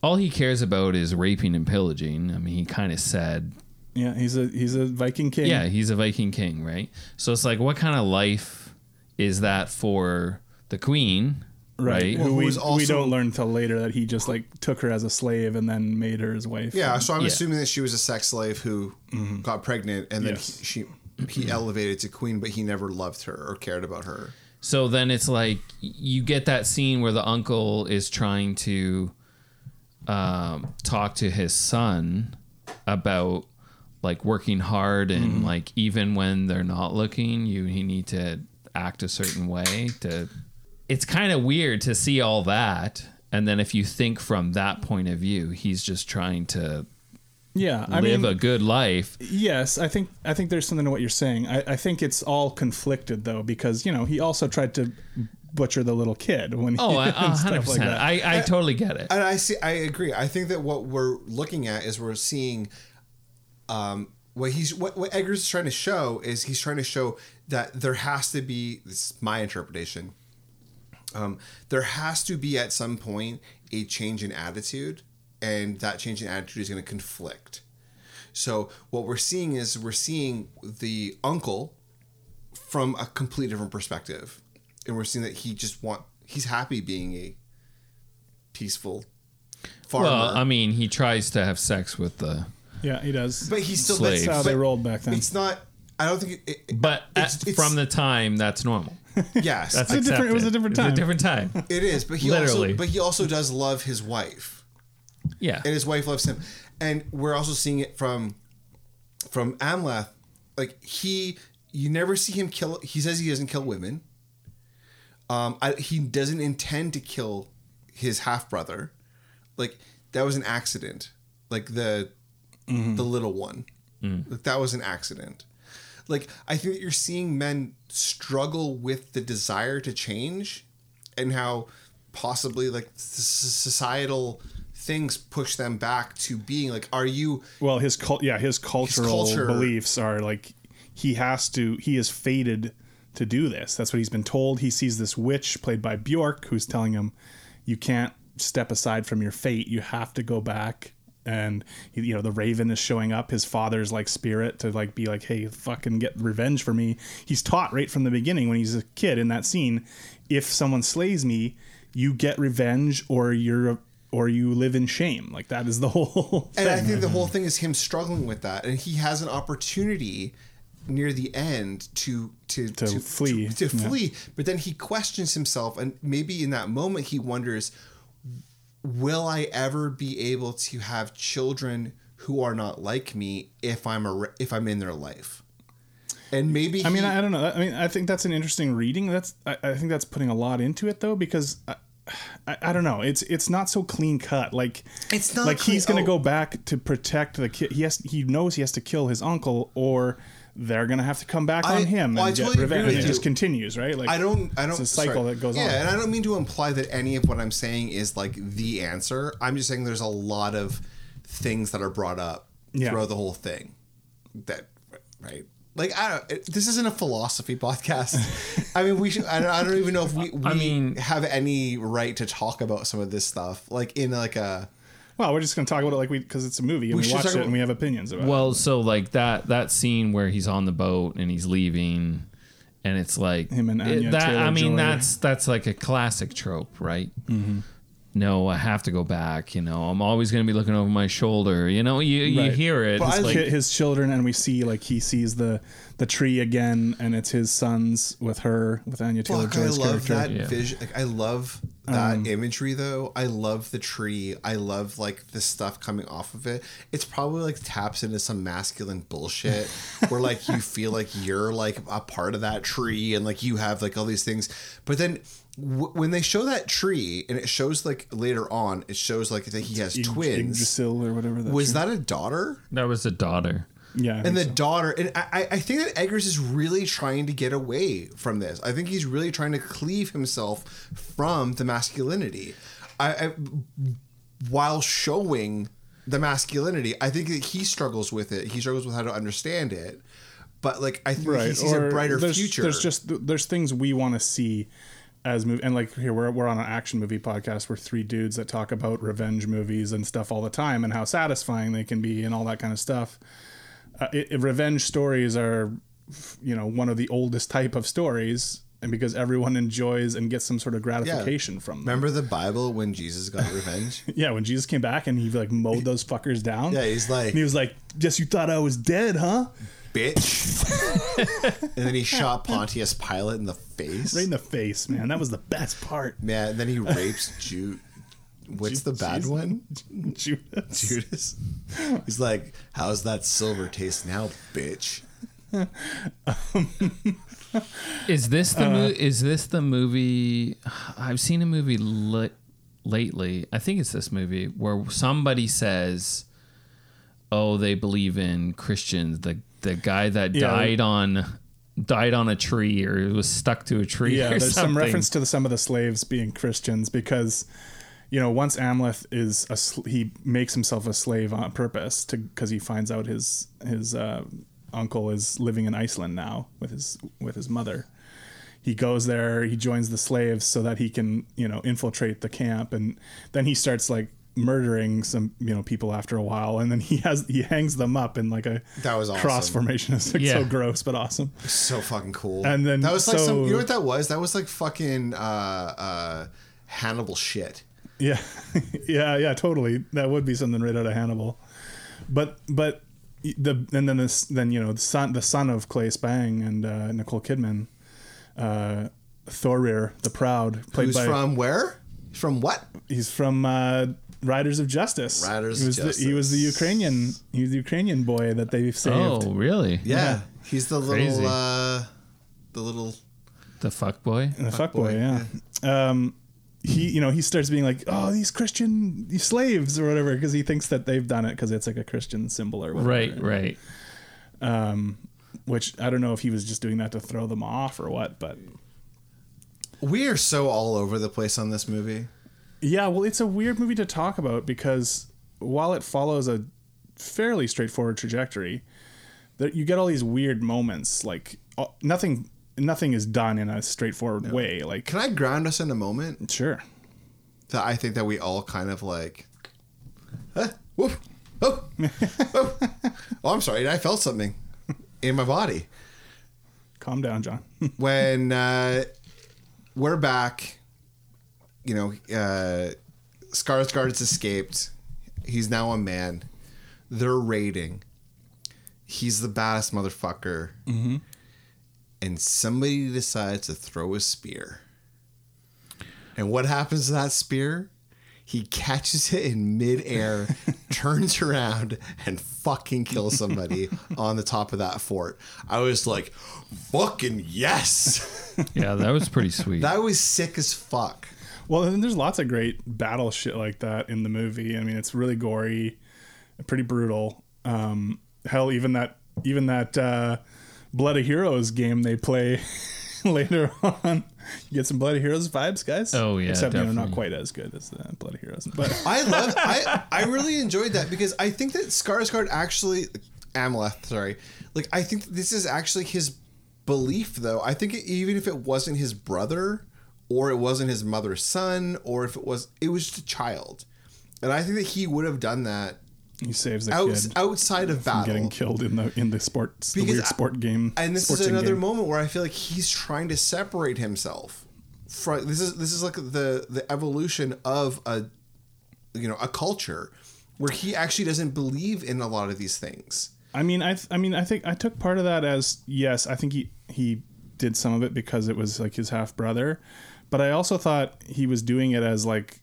[SPEAKER 2] all he cares about is raping and pillaging. I mean, he kind of said
[SPEAKER 3] Yeah, he's a he's a Viking king.
[SPEAKER 2] yeah, he's a Viking king, right? So it's like, what kind of life is that for the queen?
[SPEAKER 3] right.
[SPEAKER 2] Right.
[SPEAKER 3] Who
[SPEAKER 1] Who
[SPEAKER 3] we,
[SPEAKER 1] was
[SPEAKER 3] we
[SPEAKER 1] also-
[SPEAKER 3] don't learn till later that he just like took her as a slave and then made her his wife.
[SPEAKER 1] Yeah, Mm-hmm. so I'm
[SPEAKER 2] Yeah.
[SPEAKER 1] assuming that she was a sex slave who got pregnant, and then
[SPEAKER 3] Yes.
[SPEAKER 1] he, she he elevated to queen, but he never loved her or cared about her.
[SPEAKER 2] So then it's like you get that scene where the uncle is trying to um, talk to his son about like working hard and
[SPEAKER 3] Mm-hmm.
[SPEAKER 2] like even when they're not looking, you he need to act a certain way to. It's kind of weird to see all that, and then if you think from that point of view, he's just trying to
[SPEAKER 3] Yeah, I
[SPEAKER 2] live
[SPEAKER 3] mean,
[SPEAKER 2] a good life.
[SPEAKER 3] Yes, I think I think there's something to what you're saying. I, I think it's all conflicted though, because you know he also tried to butcher the little kid when he
[SPEAKER 2] Oh, I,
[SPEAKER 3] and stuff like
[SPEAKER 2] 100%.
[SPEAKER 3] that.
[SPEAKER 2] I, I totally get it.
[SPEAKER 1] And I see, I agree. I think that what we're looking at is we're seeing, um, what he's what, what Edgar's trying to show is he's trying to show that there has to be. This is my interpretation. Um, there has to be at some point a change in attitude, and that change in attitude is going to conflict. So what we're seeing is we're seeing the uncle from a completely different perspective, and we're seeing that he just want he's happy being a peaceful farmer.
[SPEAKER 2] Well, I mean, he tries to have sex with the.
[SPEAKER 3] yeah, he does.
[SPEAKER 1] but he's still
[SPEAKER 2] Slaves.
[SPEAKER 3] That's how
[SPEAKER 1] but
[SPEAKER 3] they rolled back then.
[SPEAKER 1] It's not. I don't think. It, it-
[SPEAKER 2] But
[SPEAKER 1] It's-
[SPEAKER 2] at-
[SPEAKER 1] it's-
[SPEAKER 2] from the time, that's normal.
[SPEAKER 1] yes,
[SPEAKER 2] That's
[SPEAKER 3] a different- it was a different
[SPEAKER 2] It
[SPEAKER 3] time.
[SPEAKER 2] was a different time.
[SPEAKER 1] it is. But he
[SPEAKER 2] Literally.
[SPEAKER 1] also. But he also does love his wife,
[SPEAKER 2] Yeah.
[SPEAKER 1] and his wife loves him, and we're also seeing it from, from Amlath, like he. You never see him kill. He says he doesn't kill women. Um, I, he doesn't intend to kill his half brother, like that was an accident. Like the
[SPEAKER 2] Mm-hmm.
[SPEAKER 1] the little one.
[SPEAKER 2] Mm.
[SPEAKER 1] Like that was an accident. Like I think that you're seeing men struggle with the desire to change and how possibly like s- s- societal things push them back to being like are you
[SPEAKER 3] well, his cult, yeah, his cultural
[SPEAKER 1] culture-
[SPEAKER 3] beliefs are like he has to. He is fated to do this. That's what he's been told. He sees this witch played by Bjork, who's telling him, "You can't step aside from your fate. You have to go back." And he- you know the raven is showing up. His father's like spirit to like be like, "Hey, fucking get revenge for me." He's taught right from the beginning when he's a kid in that scene, if someone slays me, you get revenge or you're or you live in shame. Like that is the whole.
[SPEAKER 1] and I think the whole thing is him struggling with that, and he has an opportunity near the end to to
[SPEAKER 3] To flee,
[SPEAKER 1] to,
[SPEAKER 3] yeah.
[SPEAKER 1] flee. But then he questions himself, and maybe in that moment he wonders, "Will I ever be able to have children who are not like me if I'm a, if I'm in their life?" And maybe
[SPEAKER 3] I mean,
[SPEAKER 1] he-
[SPEAKER 3] I don't know. I mean, I think that's an interesting reading. That's I, I think that's putting a lot into it though, because I, I, I don't know. It's it's not so clean cut. Like
[SPEAKER 1] It's not
[SPEAKER 3] like he's
[SPEAKER 1] clean-
[SPEAKER 3] gonna
[SPEAKER 1] oh.
[SPEAKER 3] go back to protect the kid. He has he knows he has to kill his uncle, or they're gonna have to come back
[SPEAKER 1] I-
[SPEAKER 3] on him
[SPEAKER 1] well, I
[SPEAKER 3] and get
[SPEAKER 1] totally agree
[SPEAKER 3] revenge.
[SPEAKER 1] with
[SPEAKER 3] And it
[SPEAKER 1] you.
[SPEAKER 3] just continues, right? Like
[SPEAKER 1] I don't. I don't.
[SPEAKER 3] It's a cycle
[SPEAKER 1] sorry.
[SPEAKER 3] that goes
[SPEAKER 1] yeah,
[SPEAKER 3] on.
[SPEAKER 1] and I don't mean to imply that any of what I'm saying is like the answer. I'm just saying there's a lot of things that are brought up
[SPEAKER 3] Yeah.
[SPEAKER 1] throughout the whole thing. That right. Like I don't. It, this isn't a philosophy podcast. I mean, we should. I don't, I don't even know if we, we
[SPEAKER 2] I mean-
[SPEAKER 1] have any right to talk about some of this stuff. Like in like a.
[SPEAKER 3] well, we're just gonna talk about it like we because it's a movie and
[SPEAKER 1] We
[SPEAKER 3] we,
[SPEAKER 1] should
[SPEAKER 3] watched
[SPEAKER 1] talk
[SPEAKER 3] it
[SPEAKER 1] about-
[SPEAKER 3] and we have opinions about it.
[SPEAKER 2] well, so like that that scene where he's on the boat and he's leaving, and it's like
[SPEAKER 3] Him and Anya
[SPEAKER 2] that. I mean,
[SPEAKER 3] Taylor-Joy.
[SPEAKER 2] that's that's like a classic trope, right?
[SPEAKER 3] Mm-hmm.
[SPEAKER 2] No, I have to go back. You know, I'm always going to be looking over my shoulder. You know, you you
[SPEAKER 3] Right.
[SPEAKER 2] hear it.
[SPEAKER 1] But
[SPEAKER 2] It's
[SPEAKER 1] I
[SPEAKER 2] like,
[SPEAKER 3] Hit his children and we see like he sees the the tree again and it's his sons with her with Anya Taylor
[SPEAKER 1] Fuck, I
[SPEAKER 3] Joy's
[SPEAKER 1] love
[SPEAKER 3] character.
[SPEAKER 1] that
[SPEAKER 2] Yeah.
[SPEAKER 1] vision. Like, I love that imagery, though. I love the tree. I love like the stuff coming off of it. It's probably like taps into some masculine bullshit where like you feel like you're like a part of that tree and like you have like all these things. But then w- when they show that tree and it shows like later on, it shows like that he has twins.
[SPEAKER 3] Yggdrasil or whatever. That
[SPEAKER 1] Was that a daughter?
[SPEAKER 2] that was a daughter.
[SPEAKER 3] Yeah, I
[SPEAKER 1] and
[SPEAKER 3] think
[SPEAKER 1] the
[SPEAKER 3] so.
[SPEAKER 1] daughter. And I, I- I think that Eggers is really trying to get away from this. I think he's really trying to cleave himself from the masculinity, I, I while showing the masculinity. I think that he struggles with it. He struggles with how to understand it. But like, I think he sees a brighter
[SPEAKER 3] there's,
[SPEAKER 1] future.
[SPEAKER 3] There's just there's things we want to see as movie and like here we're we're on an action movie podcast. We're three dudes that talk about revenge movies and stuff all the time and how satisfying they can be and all that kind of stuff. Uh, it, it- revenge stories are, f- you know, one of the oldest type of stories, and because everyone enjoys and gets some sort of gratification from them.
[SPEAKER 1] Remember the Bible when Jesus got revenge?
[SPEAKER 3] Yeah, when Jesus came back and he like mowed those fuckers down.
[SPEAKER 1] Yeah, he's like-
[SPEAKER 3] and he was like, "Guess you thought I was dead, huh?"
[SPEAKER 1] Bitch. and then he shot Pontius Pilate in the face.
[SPEAKER 3] Right in the face, man. That was the best part.
[SPEAKER 1] Yeah, and then he rapes Jude. What's the bad
[SPEAKER 3] Jesus.
[SPEAKER 1] one?
[SPEAKER 3] Judas.
[SPEAKER 1] Judas. He's like, "How's that silver taste now, bitch?"
[SPEAKER 2] Is this
[SPEAKER 3] Uh-huh.
[SPEAKER 2] the mo- is this the movie? I've seen a movie li- lately. I think it's this movie where somebody says, "Oh, they believe in Christians." The the guy that
[SPEAKER 3] Yeah.
[SPEAKER 2] died on died on a tree or was stuck to a tree.
[SPEAKER 3] Yeah,
[SPEAKER 2] or
[SPEAKER 3] there's
[SPEAKER 2] something.
[SPEAKER 3] some reference to the, some of the slaves being Christians because, you know, once Amleth is a sl- he makes himself a slave on purpose to because he finds out his his uh, uncle is living in Iceland now with his with his mother. He goes there. He joins the slaves so that he can you know infiltrate the camp, and then he starts like murdering some you know people after a while and then he has he hangs them up in like a
[SPEAKER 1] That was
[SPEAKER 3] cross
[SPEAKER 1] awesome.
[SPEAKER 3] formation it's like so
[SPEAKER 2] Yeah.
[SPEAKER 3] gross but awesome
[SPEAKER 1] So fucking cool.
[SPEAKER 3] And then-
[SPEAKER 1] that was like some.
[SPEAKER 3] so-
[SPEAKER 1] You know what that was? That was like fucking uh, uh, Hannibal shit.
[SPEAKER 3] Yeah, yeah, yeah, totally. That would be something right out of Hannibal. But but the and then this then you know the son the son of Clay Spang and uh, Nicole Kidman, uh, Thorir the Proud, played
[SPEAKER 1] Who's
[SPEAKER 3] by
[SPEAKER 1] from where? From what?
[SPEAKER 3] he's from uh, Riders of Justice.
[SPEAKER 1] Riders
[SPEAKER 3] he
[SPEAKER 1] of
[SPEAKER 3] was The, he was the
[SPEAKER 1] Justice.
[SPEAKER 3] Ukrainian. He was the Ukrainian boy that they saved.
[SPEAKER 2] Oh, really?
[SPEAKER 1] Yeah, he's the
[SPEAKER 2] Crazy.
[SPEAKER 1] little. Uh, the little.
[SPEAKER 2] The fuck boy.
[SPEAKER 3] the fuck boy, yeah. Um, he, you know, he starts being like, "Oh, these Christian these slaves or whatever," because he thinks that they've done it because it's like a Christian symbol or whatever.
[SPEAKER 2] Right, right.
[SPEAKER 3] which I don't know if he was just doing that to throw them off or what, but
[SPEAKER 1] We are so all over the place on this movie.
[SPEAKER 3] yeah, well, it's a weird movie to talk about because while it follows a fairly straightforward trajectory, that you get all these weird moments like uh, nothing nothing is done in a straightforward way. Like
[SPEAKER 1] Can I ground us in a moment
[SPEAKER 3] sure.
[SPEAKER 1] that I think that we all kind of like, huh? Woof. Oh. oh, oh, I'm sorry. I felt something in my body.
[SPEAKER 3] Calm down, John.
[SPEAKER 1] when uh, we're back, you know, uh, Skarsgård has escaped. He's now a man. They're raiding. He's the baddest motherfucker. And somebody decides to throw a spear. And what happens to that spear? He catches it in midair, turns around, and fucking kills somebody on the top of that fort. I was like, fucking yes.
[SPEAKER 2] Yeah, that was pretty sweet.
[SPEAKER 1] That was sick as fuck.
[SPEAKER 3] well, and there's lots of great battle shit like that in the movie. I mean, it's really gory, pretty brutal. Um, hell, even that even that uh, Blood of Heroes game they play later on, you get some Blood of Heroes vibes, guys.
[SPEAKER 2] Oh, yeah,
[SPEAKER 3] except you know, not
[SPEAKER 2] definitely.
[SPEAKER 3] quite as good as uh, Blood of Heroes, but
[SPEAKER 1] I love. I I really enjoyed that because I think that Skarsgård actually, Amleth, sorry, like I think that this is actually his belief though. I think even if it wasn't his brother, or it wasn't his mother's son, or if it was, it was just a child, and I think that he would have done that
[SPEAKER 3] he saves the
[SPEAKER 1] outs,
[SPEAKER 3] kid
[SPEAKER 1] outside of
[SPEAKER 3] from
[SPEAKER 1] battle.
[SPEAKER 3] getting killed in the in the sports the
[SPEAKER 1] Because
[SPEAKER 3] weird
[SPEAKER 1] I-
[SPEAKER 3] sport game.
[SPEAKER 1] and this is
[SPEAKER 3] sporting
[SPEAKER 1] another
[SPEAKER 3] game.
[SPEAKER 1] moment where I feel like he's trying to separate himself from this is this is like the the evolution of a you know a culture where he actually doesn't believe in a lot of these things.
[SPEAKER 3] I mean, I, th- I mean, I think I took part of that as yes. I think he he did some of it because it was like his half brother, but I also thought he was doing it as like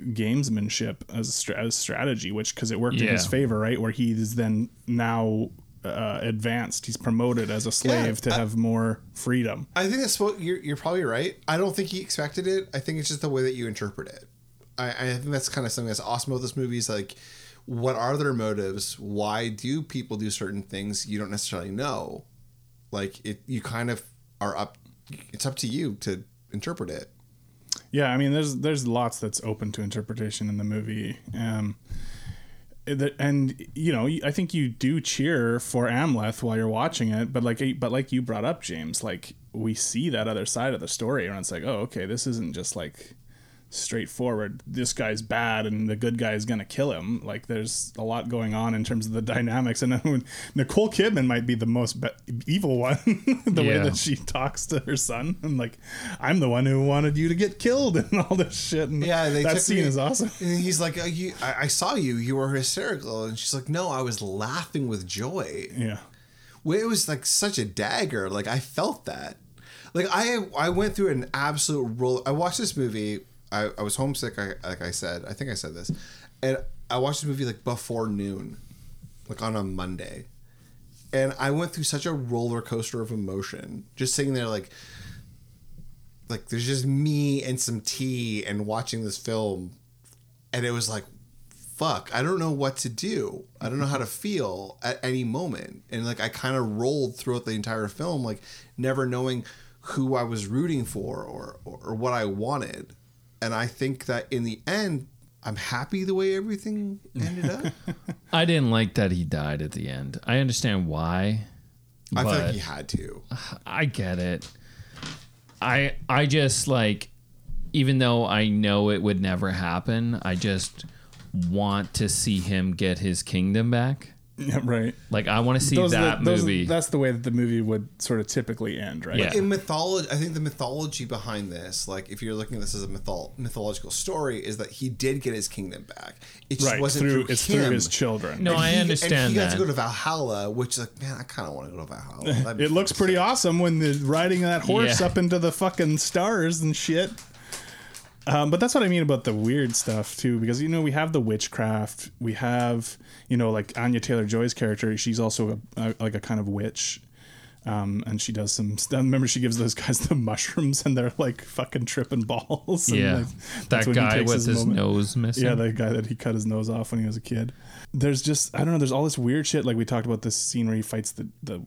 [SPEAKER 3] gamesmanship as str- as strategy, which because it worked in his
[SPEAKER 2] Yeah.
[SPEAKER 3] favor, right? Where he is then now uh, advanced. He's promoted as a slave to have more freedom.
[SPEAKER 1] I think that's what you're, you're probably right. I don't think he expected it. I think it's just the way that you interpret it. I, I think that's kind of something that's awesome about this movie is like what are their motives? Why do people do certain things? You don't necessarily know. Like it, you kind of are up. It's up to you to interpret it.
[SPEAKER 3] Yeah, I mean, there's there's lots that's open to interpretation in the movie, um, the- and you know, I think you do cheer for Amleth while you're watching it, but like, but like you brought up, James, like we see that other side of the story, and it's like, oh, okay, this isn't just like straightforward. This guy's bad, and the good guy is gonna kill him. Like, there's a lot going on in terms of the dynamics, and then when Nicole Kidman might be the most be- evil one, the way
[SPEAKER 2] Yeah.
[SPEAKER 3] that she talks to her son, and like, I'm the one who wanted you to get killed, and all this shit. And
[SPEAKER 1] Yeah, they
[SPEAKER 3] that
[SPEAKER 1] took
[SPEAKER 3] scene
[SPEAKER 1] me-
[SPEAKER 3] is awesome.
[SPEAKER 1] And he's like, oh, you, I, I saw you. You were hysterical. And she's like, No, I was laughing with joy.
[SPEAKER 3] Yeah.
[SPEAKER 1] Well, it was like such a dagger. Like I felt that. Like I I went through an absolute roll. I watched this movie. I, I was homesick. I, like I said, I think I said this, and I watched the movie like before noon, like on a Monday, and I went through such a roller coaster of emotion. Just sitting there, like, like there's just me and some tea and watching this film, and it was like, fuck, I don't know what to do. I don't know how to feel at any moment. And like I kind of rolled throughout the entire film, like never knowing who I was rooting for or, or, or what I wanted. And I think that in the end, I'm happy the way everything ended up.
[SPEAKER 2] I didn't like that he died at the end. I understand why.
[SPEAKER 1] I feel like
[SPEAKER 2] But-
[SPEAKER 1] he had to.
[SPEAKER 2] I get it. I I just like even though I know it would never happen, I just want to see him get his kingdom back.
[SPEAKER 3] Yeah, right.
[SPEAKER 2] Like I want to see
[SPEAKER 3] Those are
[SPEAKER 2] that
[SPEAKER 3] the- those are-
[SPEAKER 2] movie.
[SPEAKER 3] that's the way that the movie would sort of typically end, right?
[SPEAKER 2] Yeah.
[SPEAKER 1] in mythology i think the mythology behind this like if you're looking at this as a mythol- mythological story is that he did get his kingdom back it just
[SPEAKER 3] Right.
[SPEAKER 1] wasn't
[SPEAKER 3] Through,
[SPEAKER 1] through,
[SPEAKER 3] it's
[SPEAKER 1] him.
[SPEAKER 3] through his children.
[SPEAKER 2] no,
[SPEAKER 1] And
[SPEAKER 2] I
[SPEAKER 1] he- and
[SPEAKER 2] understand
[SPEAKER 1] he got
[SPEAKER 2] that.
[SPEAKER 1] to go to valhalla which like man i kind of want to go to valhalla That'd be
[SPEAKER 3] It looks
[SPEAKER 1] fucking
[SPEAKER 3] pretty
[SPEAKER 1] sick.
[SPEAKER 3] awesome when the riding that horse
[SPEAKER 2] Yeah.
[SPEAKER 3] up into the fucking stars and shit. Um, but that's what I mean about the weird stuff too, because you know we have the witchcraft, we have you know like Anya Taylor Joy's character, she's also a, a, like a kind of witch, um, and she does some. stuff. Remember, she gives those guys the mushrooms, and they're like fucking tripping balls. and,
[SPEAKER 2] yeah,
[SPEAKER 3] like, that's
[SPEAKER 2] that
[SPEAKER 3] when he
[SPEAKER 2] guy
[SPEAKER 3] takes
[SPEAKER 2] with his
[SPEAKER 3] moment.
[SPEAKER 2] nose missing.
[SPEAKER 3] Yeah, the guy that he cut his nose off when he was a kid. There's just I don't know. There's all this weird shit. Like we talked about this scene where he fights the the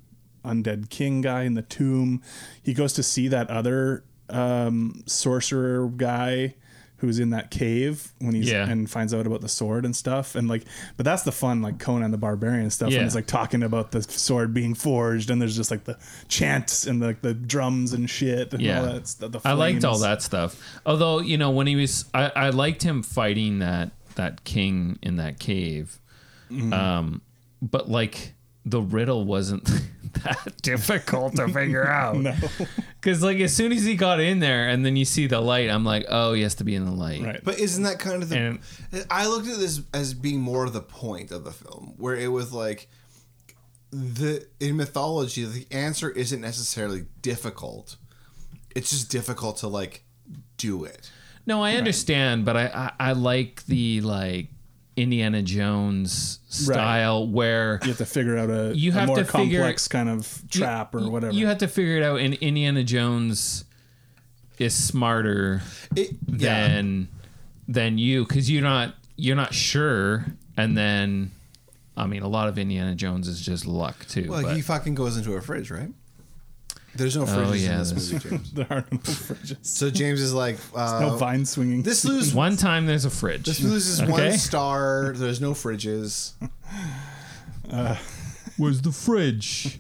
[SPEAKER 3] undead king guy in the tomb. He goes to see that other um, sorcerer guy who's in that cave when he's
[SPEAKER 2] Yeah.
[SPEAKER 3] and finds out about the sword and stuff and like but that's the fun like conan the barbarian stuff and
[SPEAKER 2] Yeah.
[SPEAKER 3] it's like talking about the sword being forged and there's just like the chants and the, the drums and shit and all
[SPEAKER 2] yeah,
[SPEAKER 3] that stuff, the
[SPEAKER 2] I liked all
[SPEAKER 3] flames.
[SPEAKER 2] that stuff. Although you know when he was, I, I liked him fighting that that king in that cave.
[SPEAKER 3] Mm-hmm.
[SPEAKER 2] Um, but like the riddle wasn't that difficult to figure out. Because like as soon as he got in there, and then you see the light, I'm like, oh, he has to be in the light.
[SPEAKER 3] right
[SPEAKER 1] But isn't that kind of the?
[SPEAKER 2] And-
[SPEAKER 1] I looked at this as being more of the point of the film, where it was like the in mythology, the answer isn't necessarily difficult. It's just difficult to like do it.
[SPEAKER 2] No, I understand, but I, I I like the like Indiana Jones style where
[SPEAKER 3] you have to figure out a,
[SPEAKER 2] You
[SPEAKER 3] a
[SPEAKER 2] have
[SPEAKER 3] more
[SPEAKER 2] to figure-
[SPEAKER 3] complex kind of trap
[SPEAKER 2] you-
[SPEAKER 3] or whatever.
[SPEAKER 2] You have to figure it out, and Indiana Jones is smarter
[SPEAKER 1] It yeah.
[SPEAKER 2] than than you because you're not you're not sure, and then I mean a lot of Indiana Jones is just luck too.
[SPEAKER 1] well,
[SPEAKER 2] but- Oh,
[SPEAKER 1] he fucking goes into a fridge, right? There's no fridges
[SPEAKER 2] yeah,
[SPEAKER 1] in this
[SPEAKER 2] there's-
[SPEAKER 1] movie, James.
[SPEAKER 3] there are no fridges,
[SPEAKER 1] So James is like, uh,
[SPEAKER 3] no vine swinging.
[SPEAKER 1] this loses
[SPEAKER 2] one time there's a fridge.
[SPEAKER 1] This loses one
[SPEAKER 2] Okay.
[SPEAKER 1] star. There's no fridges.
[SPEAKER 2] Where's the fridge?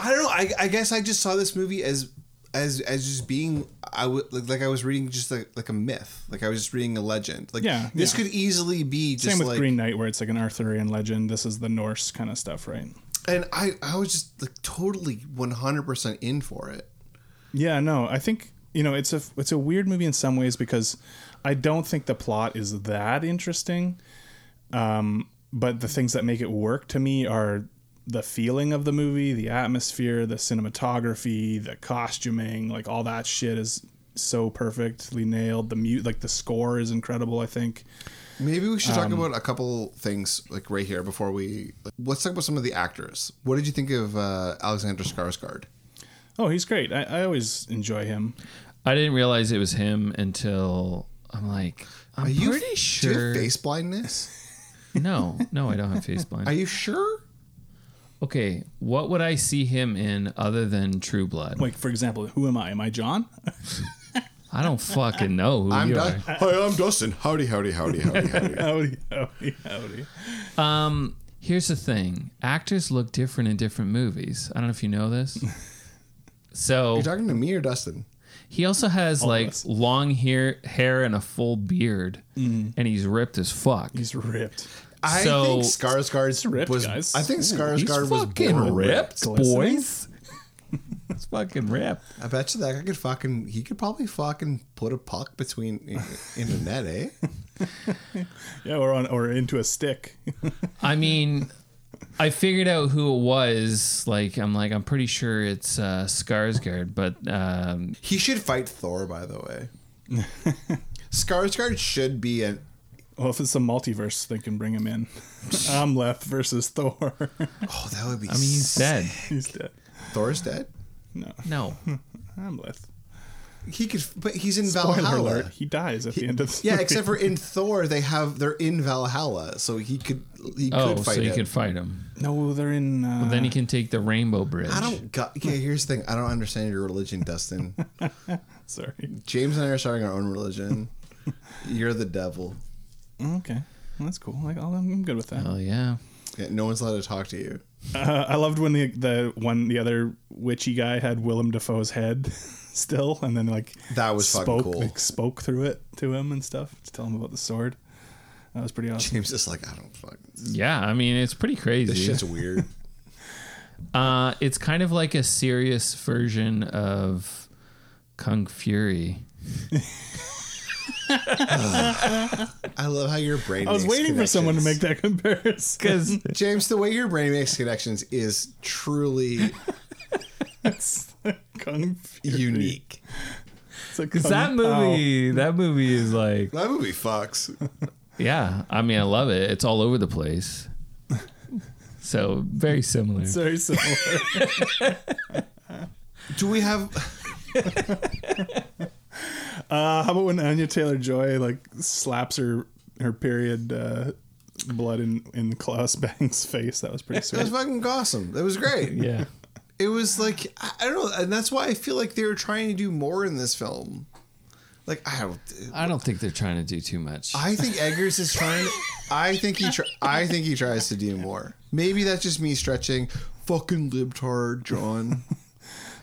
[SPEAKER 1] I don't know. I, I guess I just saw this movie as as as just being I would like, like I was reading just like, like a myth. Like I was just reading a legend. Like
[SPEAKER 3] Yeah,
[SPEAKER 1] this
[SPEAKER 3] yeah.
[SPEAKER 1] could easily be just
[SPEAKER 3] Same with
[SPEAKER 1] like
[SPEAKER 3] Green Knight, where it's like an Arthurian legend. This is the Norse kind of stuff, right?
[SPEAKER 1] and I I was just like totally 100% in for it.
[SPEAKER 3] Yeah, no, I think you know it's a it's a weird movie in some ways because I don't think the plot is that interesting. Um, but the things that make it work to me are the feeling of the movie, the atmosphere, the cinematography, the costuming, like all that shit is so perfectly nailed. The mute, like the score is incredible. I think.
[SPEAKER 1] Maybe we should
[SPEAKER 3] Um,
[SPEAKER 1] talk about a couple things like right here before we let's talk about some of the actors. What did you think of uh, Alexander Skarsgård?
[SPEAKER 3] Oh, he's great. I, I always enjoy him.
[SPEAKER 2] I didn't realize it was him until I'm like I'm
[SPEAKER 1] Are you
[SPEAKER 2] pretty
[SPEAKER 1] do you
[SPEAKER 2] sure.
[SPEAKER 1] have face blindness?
[SPEAKER 2] No, no, I don't have face blind.
[SPEAKER 1] Are you sure?
[SPEAKER 2] okay, what would I see him in other than True Blood?
[SPEAKER 3] Like, for example, who am I? Am I John?
[SPEAKER 2] I don't fucking know who
[SPEAKER 1] I'm
[SPEAKER 2] you
[SPEAKER 1] Dustin.
[SPEAKER 2] are.
[SPEAKER 3] Uh,
[SPEAKER 1] Hi, I'm Dustin. Howdy, howdy, howdy, howdy, howdy.
[SPEAKER 3] howdy, howdy, howdy.
[SPEAKER 2] Here's the thing: actors look different in different movies. I don't know if you know this. So
[SPEAKER 1] You're talking to me or Dustin?
[SPEAKER 2] he also has
[SPEAKER 3] of
[SPEAKER 2] like
[SPEAKER 3] us.
[SPEAKER 2] long hair, hair and a full beard,
[SPEAKER 1] Mm.
[SPEAKER 2] and he's ripped as fuck.
[SPEAKER 3] He's ripped.
[SPEAKER 1] I
[SPEAKER 2] So-
[SPEAKER 1] think Skarsgård
[SPEAKER 3] ripped,
[SPEAKER 1] was.
[SPEAKER 3] guys.
[SPEAKER 1] I think
[SPEAKER 3] Ooh,
[SPEAKER 2] He's
[SPEAKER 1] Skarsgård was
[SPEAKER 2] fucking
[SPEAKER 1] born
[SPEAKER 2] ripped,
[SPEAKER 3] Glistening.
[SPEAKER 2] boys. It's fucking ripped.
[SPEAKER 1] I bet you that I could fucking. He could probably fucking put a puck between in, in the net, eh?
[SPEAKER 3] Yeah, or on or into a stick.
[SPEAKER 2] I mean, I figured out who it was. Like, I'm like, I'm pretty sure it's uh, Skarsgård, but um,
[SPEAKER 1] He should fight Thor, by the way. Skarsgård should be an.
[SPEAKER 3] Well, if it's a multiverse, they can bring him in. Amleth versus Thor.
[SPEAKER 1] Oh, that would be.
[SPEAKER 2] I mean, he's dead.
[SPEAKER 3] He's dead.
[SPEAKER 1] Thor's dead.
[SPEAKER 3] No,
[SPEAKER 2] No,
[SPEAKER 3] Amleth.
[SPEAKER 1] He could, but he's in
[SPEAKER 3] Spoiler
[SPEAKER 1] Valhalla.
[SPEAKER 3] alert: He dies at the end of the
[SPEAKER 1] Yeah,
[SPEAKER 3] movie.
[SPEAKER 1] except for in Thor, they have they're in Valhalla, so he could he
[SPEAKER 2] oh,
[SPEAKER 1] could fight.
[SPEAKER 2] so you
[SPEAKER 1] it.
[SPEAKER 2] could fight him.
[SPEAKER 3] no, they're in. Uh,
[SPEAKER 2] Then he can take the Rainbow Bridge.
[SPEAKER 1] I don't. Got, okay, here's the thing. I don't understand your religion, Dustin.
[SPEAKER 3] sorry.
[SPEAKER 1] James and I are starting our own religion. You're the devil.
[SPEAKER 3] Okay, well, that's cool. Like, I'll- I'm good with that.
[SPEAKER 2] Oh yeah.
[SPEAKER 1] Yeah, no one's allowed to talk to you.
[SPEAKER 3] Uh, I loved when the the one the other witchy guy had Willem Dafoe's head still, and then like
[SPEAKER 1] That was fucking
[SPEAKER 3] spoke,
[SPEAKER 1] cool.
[SPEAKER 3] like, spoke through it to him and stuff to tell him about the sword. That was pretty awesome.
[SPEAKER 1] James is like, I don't fuck.
[SPEAKER 2] Yeah, I mean it's pretty crazy.
[SPEAKER 1] This shit's weird.
[SPEAKER 2] Uh, it's kind of like a serious version of Kung Fury.
[SPEAKER 1] I love how your brain.
[SPEAKER 3] I was
[SPEAKER 1] makes
[SPEAKER 3] waiting for someone to make
[SPEAKER 1] connections.
[SPEAKER 3] that comparison.
[SPEAKER 2] Because
[SPEAKER 1] James, the way your brain makes connections is truly
[SPEAKER 3] It's like Kung Fury.
[SPEAKER 1] unique.
[SPEAKER 3] It's like
[SPEAKER 2] that
[SPEAKER 3] Kung
[SPEAKER 2] movie, that movie is like,
[SPEAKER 1] That movie fucks.
[SPEAKER 2] yeah. I mean, I love it. It's all over the place. So very similar.
[SPEAKER 3] Pao. Very similar.
[SPEAKER 1] Do we have?
[SPEAKER 3] uh, how about when Anya Taylor Joy like slaps her her period uh, blood in in Klaus Bang's face? That was pretty
[SPEAKER 1] That was
[SPEAKER 3] sweet.
[SPEAKER 1] fucking awesome. That was great.
[SPEAKER 2] Yeah.
[SPEAKER 1] It was like I I don't know, and that's why I feel like they were trying to do more in this film. Like I don't.
[SPEAKER 2] I don't think they're trying to do too much.
[SPEAKER 1] I think Eggers is trying. I think he. Tr- I think he tries to do more. Maybe that's just me stretching. Fucking libtard, John.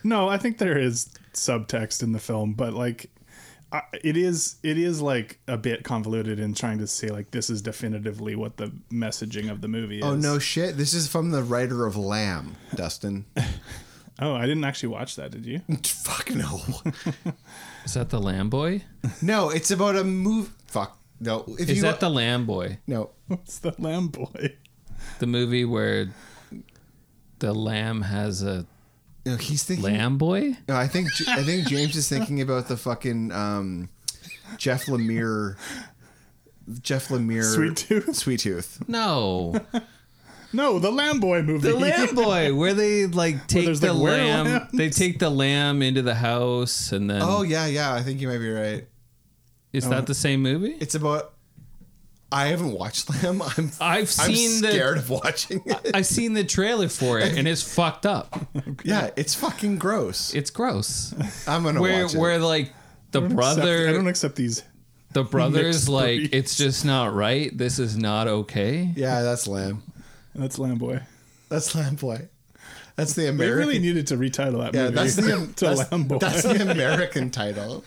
[SPEAKER 3] No, I think there is subtext in the film, but like I, it is it is like a bit convoluted in trying to say like this is definitively what the messaging of the movie is.
[SPEAKER 1] Oh no shit! This is from the writer of Lamb, Dustin.
[SPEAKER 3] Oh, I didn't actually watch that, did you?
[SPEAKER 1] Fuck no.
[SPEAKER 2] Is that the Lamb Boy?
[SPEAKER 1] No, it's about a move. Fuck no. If
[SPEAKER 2] Is
[SPEAKER 1] you
[SPEAKER 2] that the Lamb Boy?
[SPEAKER 1] no.
[SPEAKER 3] What's the lamb boy?
[SPEAKER 2] The movie where the lamb has a
[SPEAKER 1] No, he's thinking.
[SPEAKER 2] lamb boy?
[SPEAKER 1] No, I think I think James is thinking about the fucking um, Jeff Lemire. Jeff Lemire.
[SPEAKER 3] Sweet Tooth?
[SPEAKER 1] Sweet Tooth.
[SPEAKER 2] No.
[SPEAKER 3] No, the lamb boy movie.
[SPEAKER 2] the lamb boy where they like take
[SPEAKER 3] there's,
[SPEAKER 2] the
[SPEAKER 3] like, were
[SPEAKER 2] lamb
[SPEAKER 3] lambs.
[SPEAKER 2] they take the lamb into the house and then
[SPEAKER 1] Oh yeah, yeah. I think you might be right.
[SPEAKER 2] is that the same movie
[SPEAKER 1] It's about. I haven't watched Lamb. I'm.
[SPEAKER 2] i've
[SPEAKER 1] I'm
[SPEAKER 2] seen
[SPEAKER 1] scared
[SPEAKER 2] the
[SPEAKER 1] of watching it.
[SPEAKER 2] i've seen the trailer for it and it's fucked up
[SPEAKER 1] yeah, it's fucking gross.
[SPEAKER 2] it's gross
[SPEAKER 1] I'm gonna
[SPEAKER 2] where
[SPEAKER 1] watch it.
[SPEAKER 2] where like the
[SPEAKER 3] Except- I don't
[SPEAKER 2] brother
[SPEAKER 3] accept these.
[SPEAKER 2] the brother's
[SPEAKER 3] mixed
[SPEAKER 2] like
[SPEAKER 3] breeds.
[SPEAKER 2] it's just not right this is not okay
[SPEAKER 1] yeah, that's Lamb.
[SPEAKER 3] That's lamb boy.
[SPEAKER 1] That's Lamb Boy. That's the
[SPEAKER 3] They
[SPEAKER 1] American.
[SPEAKER 3] really needed to retitle that
[SPEAKER 1] yeah,
[SPEAKER 3] movie.
[SPEAKER 1] that's the um,
[SPEAKER 3] to
[SPEAKER 1] that's,
[SPEAKER 3] lamb boy.
[SPEAKER 1] that's the American title.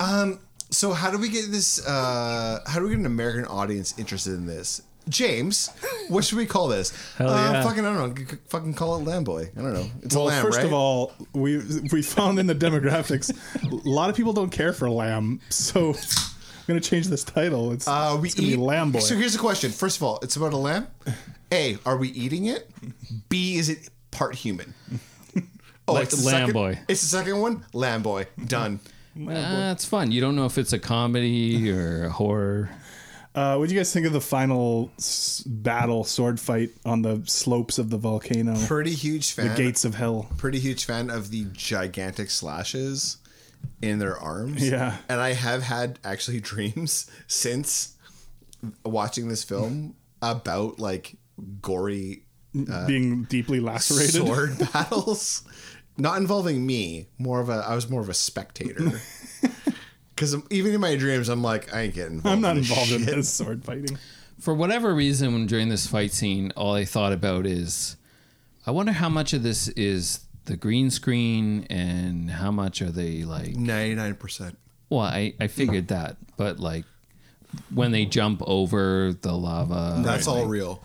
[SPEAKER 1] Um, so how do we get this? Uh, how do we get an American audience interested in this? James, what should we call this?
[SPEAKER 2] Hell
[SPEAKER 1] uh,
[SPEAKER 2] yeah.
[SPEAKER 1] Fucking, I don't know. g- g- Fucking call it Lamb Boy. I don't know. It's a
[SPEAKER 3] Well,
[SPEAKER 1] lamb,
[SPEAKER 3] first
[SPEAKER 1] right?
[SPEAKER 3] of all, we we found in the demographics a lot of people don't care for lamb, so I'm gonna change this title. It's,
[SPEAKER 1] Uh, we
[SPEAKER 3] it's gonna
[SPEAKER 1] eat
[SPEAKER 3] be lamb boy.
[SPEAKER 1] So here's the question. First of all, it's about a lamb. A, are we eating it? B, is it part human? Oh,
[SPEAKER 2] Like
[SPEAKER 1] the
[SPEAKER 2] lamb
[SPEAKER 1] second-
[SPEAKER 2] boy.
[SPEAKER 1] It's the second one. Lamb boy. Done.
[SPEAKER 2] Ah, it's fun you don't know if it's a comedy or a horror
[SPEAKER 3] Uh, what do you guys think of the final s- battle sword fight on the slopes of the volcano,
[SPEAKER 1] Pretty huge fan.
[SPEAKER 3] the gates of hell?
[SPEAKER 1] Pretty huge fan of the gigantic slashes in their arms.
[SPEAKER 3] Yeah.
[SPEAKER 1] And I have had actually dreams since watching this film about like gory
[SPEAKER 3] being deeply lacerated.
[SPEAKER 1] Uh, sword battles, not involving me. More of a, I was more of a spectator. Because even in my dreams, I'm like, I ain't getting involved.
[SPEAKER 3] I'm not
[SPEAKER 1] in this
[SPEAKER 3] involved in
[SPEAKER 1] shit.
[SPEAKER 3] this sword fighting.
[SPEAKER 2] For whatever reason, when during this fight scene, all I thought about is, I wonder how much of this is the green screen and how much are they like.
[SPEAKER 1] 99%.
[SPEAKER 2] Well, I, I figured that, but like when they jump over the lava.
[SPEAKER 1] That's all real.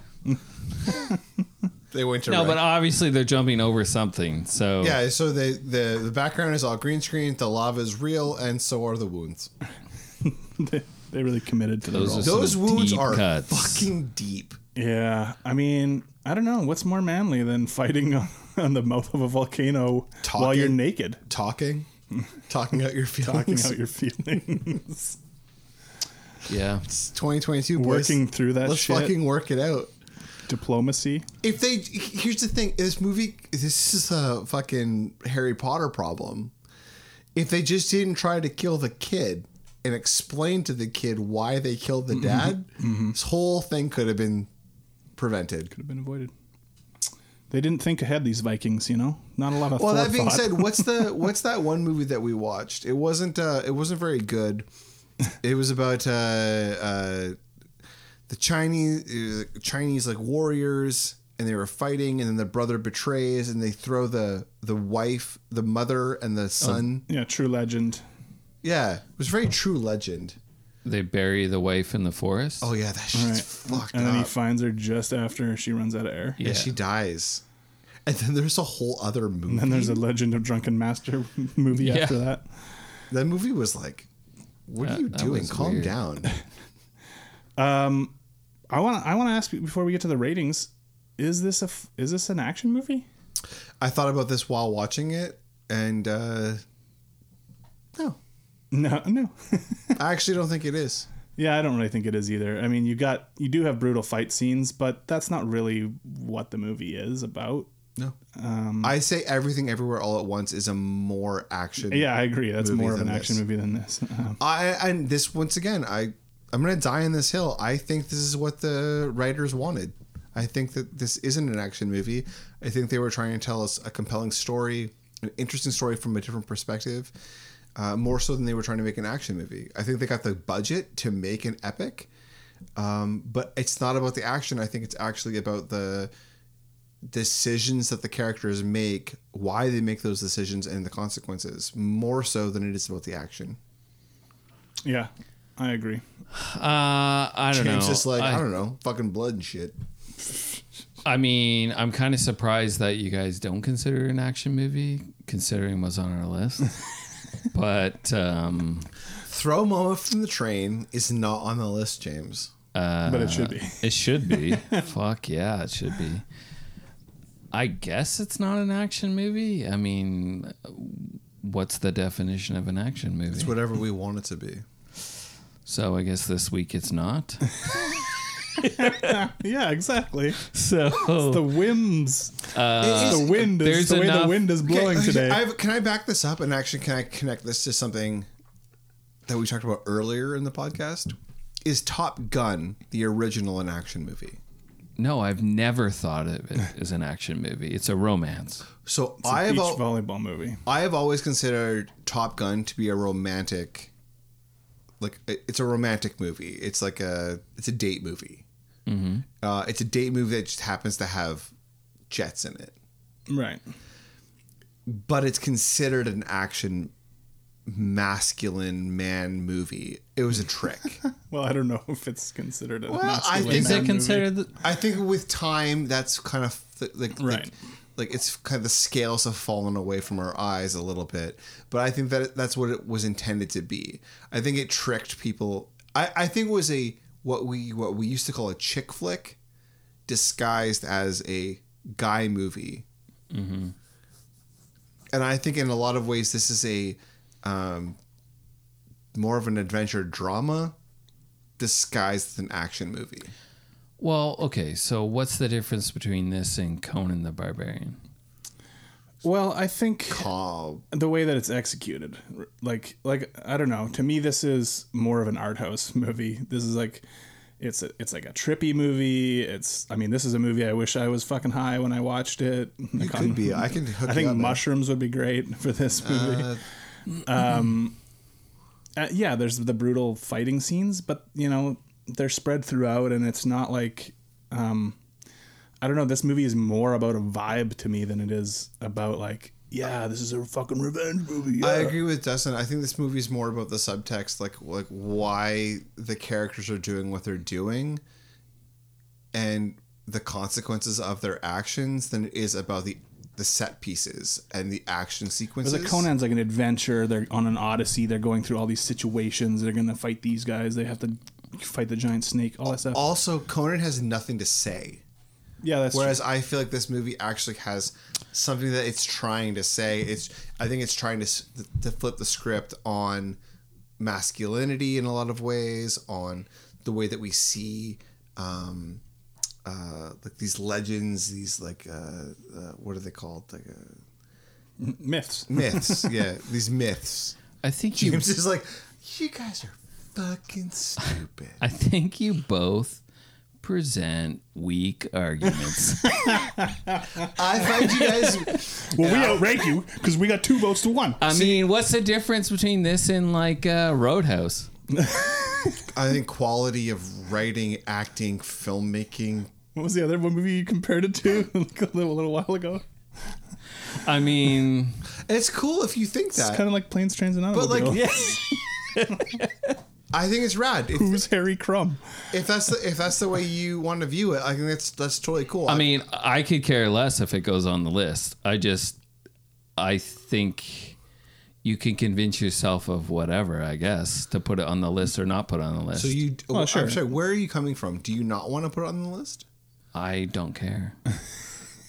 [SPEAKER 1] they went to
[SPEAKER 2] No,
[SPEAKER 1] red.
[SPEAKER 2] but obviously they're jumping over something. So
[SPEAKER 1] yeah, so the, the the background is all green screen, the lava is real, and so are the wounds.
[SPEAKER 3] they, they really committed to the
[SPEAKER 2] Those
[SPEAKER 3] role.
[SPEAKER 2] are some
[SPEAKER 1] Those wounds
[SPEAKER 2] deep
[SPEAKER 1] are
[SPEAKER 2] cuts.
[SPEAKER 1] fucking deep.
[SPEAKER 3] Yeah, I mean, I don't know what's more manly than fighting on, on the mouth of a volcano while
[SPEAKER 1] Talking.
[SPEAKER 3] you're naked,
[SPEAKER 1] Talking, talking out your
[SPEAKER 3] talking
[SPEAKER 1] feelings.
[SPEAKER 3] out your feelings,
[SPEAKER 2] yeah.
[SPEAKER 1] It's 2022, boys.
[SPEAKER 3] working through that
[SPEAKER 1] Let's
[SPEAKER 3] shit.
[SPEAKER 1] fucking work it out.
[SPEAKER 3] diplomacy.
[SPEAKER 1] if they here's the thing this movie this is a fucking harry potter problem if they just didn't try to kill the kid and explain to the kid why they killed the dad this whole thing could have been prevented
[SPEAKER 3] Could have been avoided. They didn't think ahead. These Vikings, you know, not a lot of.
[SPEAKER 1] well that being
[SPEAKER 3] forethought.
[SPEAKER 1] said what's the what's that one movie that we watched it wasn't uh it wasn't very good it was about uh uh the chinese uh, chinese like warriors and they were fighting and then the brother betrays and they throw the the wife the mother and
[SPEAKER 3] Oh.
[SPEAKER 1] the son
[SPEAKER 3] yeah, true legend.
[SPEAKER 1] yeah it was very true legend
[SPEAKER 2] They bury the wife in the forest.
[SPEAKER 1] oh yeah that shit's fucked
[SPEAKER 3] and
[SPEAKER 1] up
[SPEAKER 3] then he finds her just after she runs out of air.
[SPEAKER 1] yeah. she dies and then there's a whole other movie
[SPEAKER 3] And then there's a Legend of Drunken Master movie
[SPEAKER 2] Yeah.
[SPEAKER 3] after that.
[SPEAKER 1] that movie was like what are
[SPEAKER 2] That-
[SPEAKER 1] you
[SPEAKER 2] that
[SPEAKER 1] doing
[SPEAKER 2] was
[SPEAKER 1] calm
[SPEAKER 2] weird.
[SPEAKER 1] down
[SPEAKER 3] I want. to I want to ask you before we get to the ratings: Is this a? f- Is this an action movie?
[SPEAKER 1] I thought about this while watching it, and uh, no,
[SPEAKER 3] No, no.
[SPEAKER 1] I actually don't think it is.
[SPEAKER 3] yeah, I don't really think it is either. I mean, you got you do have brutal fight scenes, but that's not really what the movie is about.
[SPEAKER 1] No, I say everything everywhere all at once is a more action.
[SPEAKER 3] Yeah, I agree. That's
[SPEAKER 1] Movie
[SPEAKER 3] more of
[SPEAKER 1] than
[SPEAKER 3] an action
[SPEAKER 1] this.
[SPEAKER 3] movie than this. Um,
[SPEAKER 1] I and this once again, I I'm gonna die on this hill. I think this is what the writers wanted. I think that this isn't an action movie. I think they were trying to tell us a compelling story, an interesting story from a different perspective, uh, more so than they were trying to make an action movie. I think they got the budget to make an epic, um, but it's not about the action. I think it's actually about the decisions that the characters make, why they make those decisions, and the consequences, more so than it is about the action.
[SPEAKER 3] yeah, I agree.
[SPEAKER 2] Uh, I don't
[SPEAKER 1] James
[SPEAKER 2] know.
[SPEAKER 1] just like,
[SPEAKER 2] I,
[SPEAKER 1] I, don't know, fucking blood and shit.
[SPEAKER 2] I mean, I'm kind of surprised that you guys don't consider it an action movie, considering what's on our list. but um,
[SPEAKER 1] Throw Moa from the train is not on the list, James.
[SPEAKER 3] but it should be.
[SPEAKER 2] it should be. Fuck yeah, it should be. I guess it's not an action movie. I mean, what's the definition of an action movie?
[SPEAKER 1] It's whatever we want it to be.
[SPEAKER 2] so I guess this week it's not.
[SPEAKER 3] Yeah, exactly.
[SPEAKER 2] So
[SPEAKER 3] The winds,
[SPEAKER 1] It is-
[SPEAKER 3] the wind is
[SPEAKER 2] there's
[SPEAKER 3] the way the
[SPEAKER 2] enough-
[SPEAKER 3] wind is
[SPEAKER 1] Okay,
[SPEAKER 3] blowing today.
[SPEAKER 1] I've, can I back this up and actually can I connect this to something that we talked about earlier in the podcast? Is Top Gun the original an action movie?
[SPEAKER 2] no, I've never thought of it as an action movie. It's a romance.
[SPEAKER 1] So
[SPEAKER 3] It's a
[SPEAKER 1] I have
[SPEAKER 3] beach
[SPEAKER 1] al-
[SPEAKER 3] volleyball movie.
[SPEAKER 1] I have always considered Top Gun to be a romantic, like it- it's a romantic movie. It's like a it's a date movie. Uh, it's a date movie that just happens to have jets in it,
[SPEAKER 3] Right.
[SPEAKER 1] but it's considered an action masculine man movie. It was a trick.
[SPEAKER 3] Well, I don't know if it's considered a
[SPEAKER 1] Well, I
[SPEAKER 3] masculine
[SPEAKER 1] think
[SPEAKER 2] Is
[SPEAKER 1] that
[SPEAKER 2] it
[SPEAKER 3] movie.
[SPEAKER 2] considered? The,
[SPEAKER 1] I think with time, that's kind of th- like like-
[SPEAKER 3] Right.
[SPEAKER 1] Like, it's kind of the scales have fallen away from our eyes a little bit, but I think that it- that's what it was intended to be. I think it tricked people. I, I think it was a what we what we used to call a chick flick, disguised as a guy movie. And I think in a lot of ways, this is a um, more of an adventure drama disguised as an action movie.
[SPEAKER 2] well, okay. So what's the difference between this and Conan the Barbarian?
[SPEAKER 3] Well, I think
[SPEAKER 1] Oh,
[SPEAKER 3] the way that it's executed r- like like i don't know to me this is more of an art house movie this is like It's a, it's like a trippy movie. It's I mean this is a movie I wish I was fucking high when I watched it.
[SPEAKER 1] You could be. I can hook
[SPEAKER 3] I
[SPEAKER 1] you
[SPEAKER 3] think
[SPEAKER 1] up, man.
[SPEAKER 3] mushrooms would be great for this movie. Um,
[SPEAKER 1] Uh,
[SPEAKER 3] uh, yeah, there's the brutal fighting scenes, but you know they're spread throughout, and it's not like um, I don't know. This movie is more about a vibe to me than it is about like yeah, this is a fucking revenge movie.
[SPEAKER 1] I
[SPEAKER 3] yeah.
[SPEAKER 1] agree with Dustin. I think this movie is more about the subtext, like like why the characters are doing what they're doing, and the consequences of their actions, than it is about the the set pieces and the action sequences.
[SPEAKER 3] Because like Conan's like an adventure. They're on an odyssey. They're going through all these situations. They're gonna fight these guys. They have to fight the giant snake. All that stuff.
[SPEAKER 1] Also, Conan has nothing to say.
[SPEAKER 3] yeah, that's
[SPEAKER 1] Whereas I feel like this movie actually has something that it's trying to say. It's I think it's trying to s- to flip the script on masculinity in a lot of ways, on the way that we see um, uh, like these legends, these like uh, uh, what are they called? Like uh,
[SPEAKER 3] true. myths.
[SPEAKER 1] myths. yeah, these myths.
[SPEAKER 2] I think you
[SPEAKER 1] James is like, you guys are fucking stupid.
[SPEAKER 2] I think you both present weak arguments.
[SPEAKER 1] I find you guys.
[SPEAKER 3] Well, we outrank you because we got two votes to one.
[SPEAKER 2] I mean, what's the difference between this and like uh, Roadhouse?
[SPEAKER 1] I think quality of writing, acting, filmmaking,
[SPEAKER 3] what was the other one movie you compared it to like a little, a little while ago?
[SPEAKER 2] I mean,
[SPEAKER 1] And it's cool if you think
[SPEAKER 3] It's
[SPEAKER 1] that.
[SPEAKER 3] kind of like planes, trains, and
[SPEAKER 1] but
[SPEAKER 3] automobiles.
[SPEAKER 1] like, I think it's rad. If,
[SPEAKER 3] who's Harry Crumb?
[SPEAKER 1] if that's the, if that's the way you want to view it, I think that's that's totally cool.
[SPEAKER 2] I mean, I could care less if it goes on the list. I just, I think you can convince yourself of whatever, I guess, to put it on the list or not put it on the list.
[SPEAKER 1] so you.
[SPEAKER 3] Oh,
[SPEAKER 1] I'm
[SPEAKER 3] sure.
[SPEAKER 1] sorry, Where are you coming from? Do you not want to put it on the list?
[SPEAKER 2] I don't care.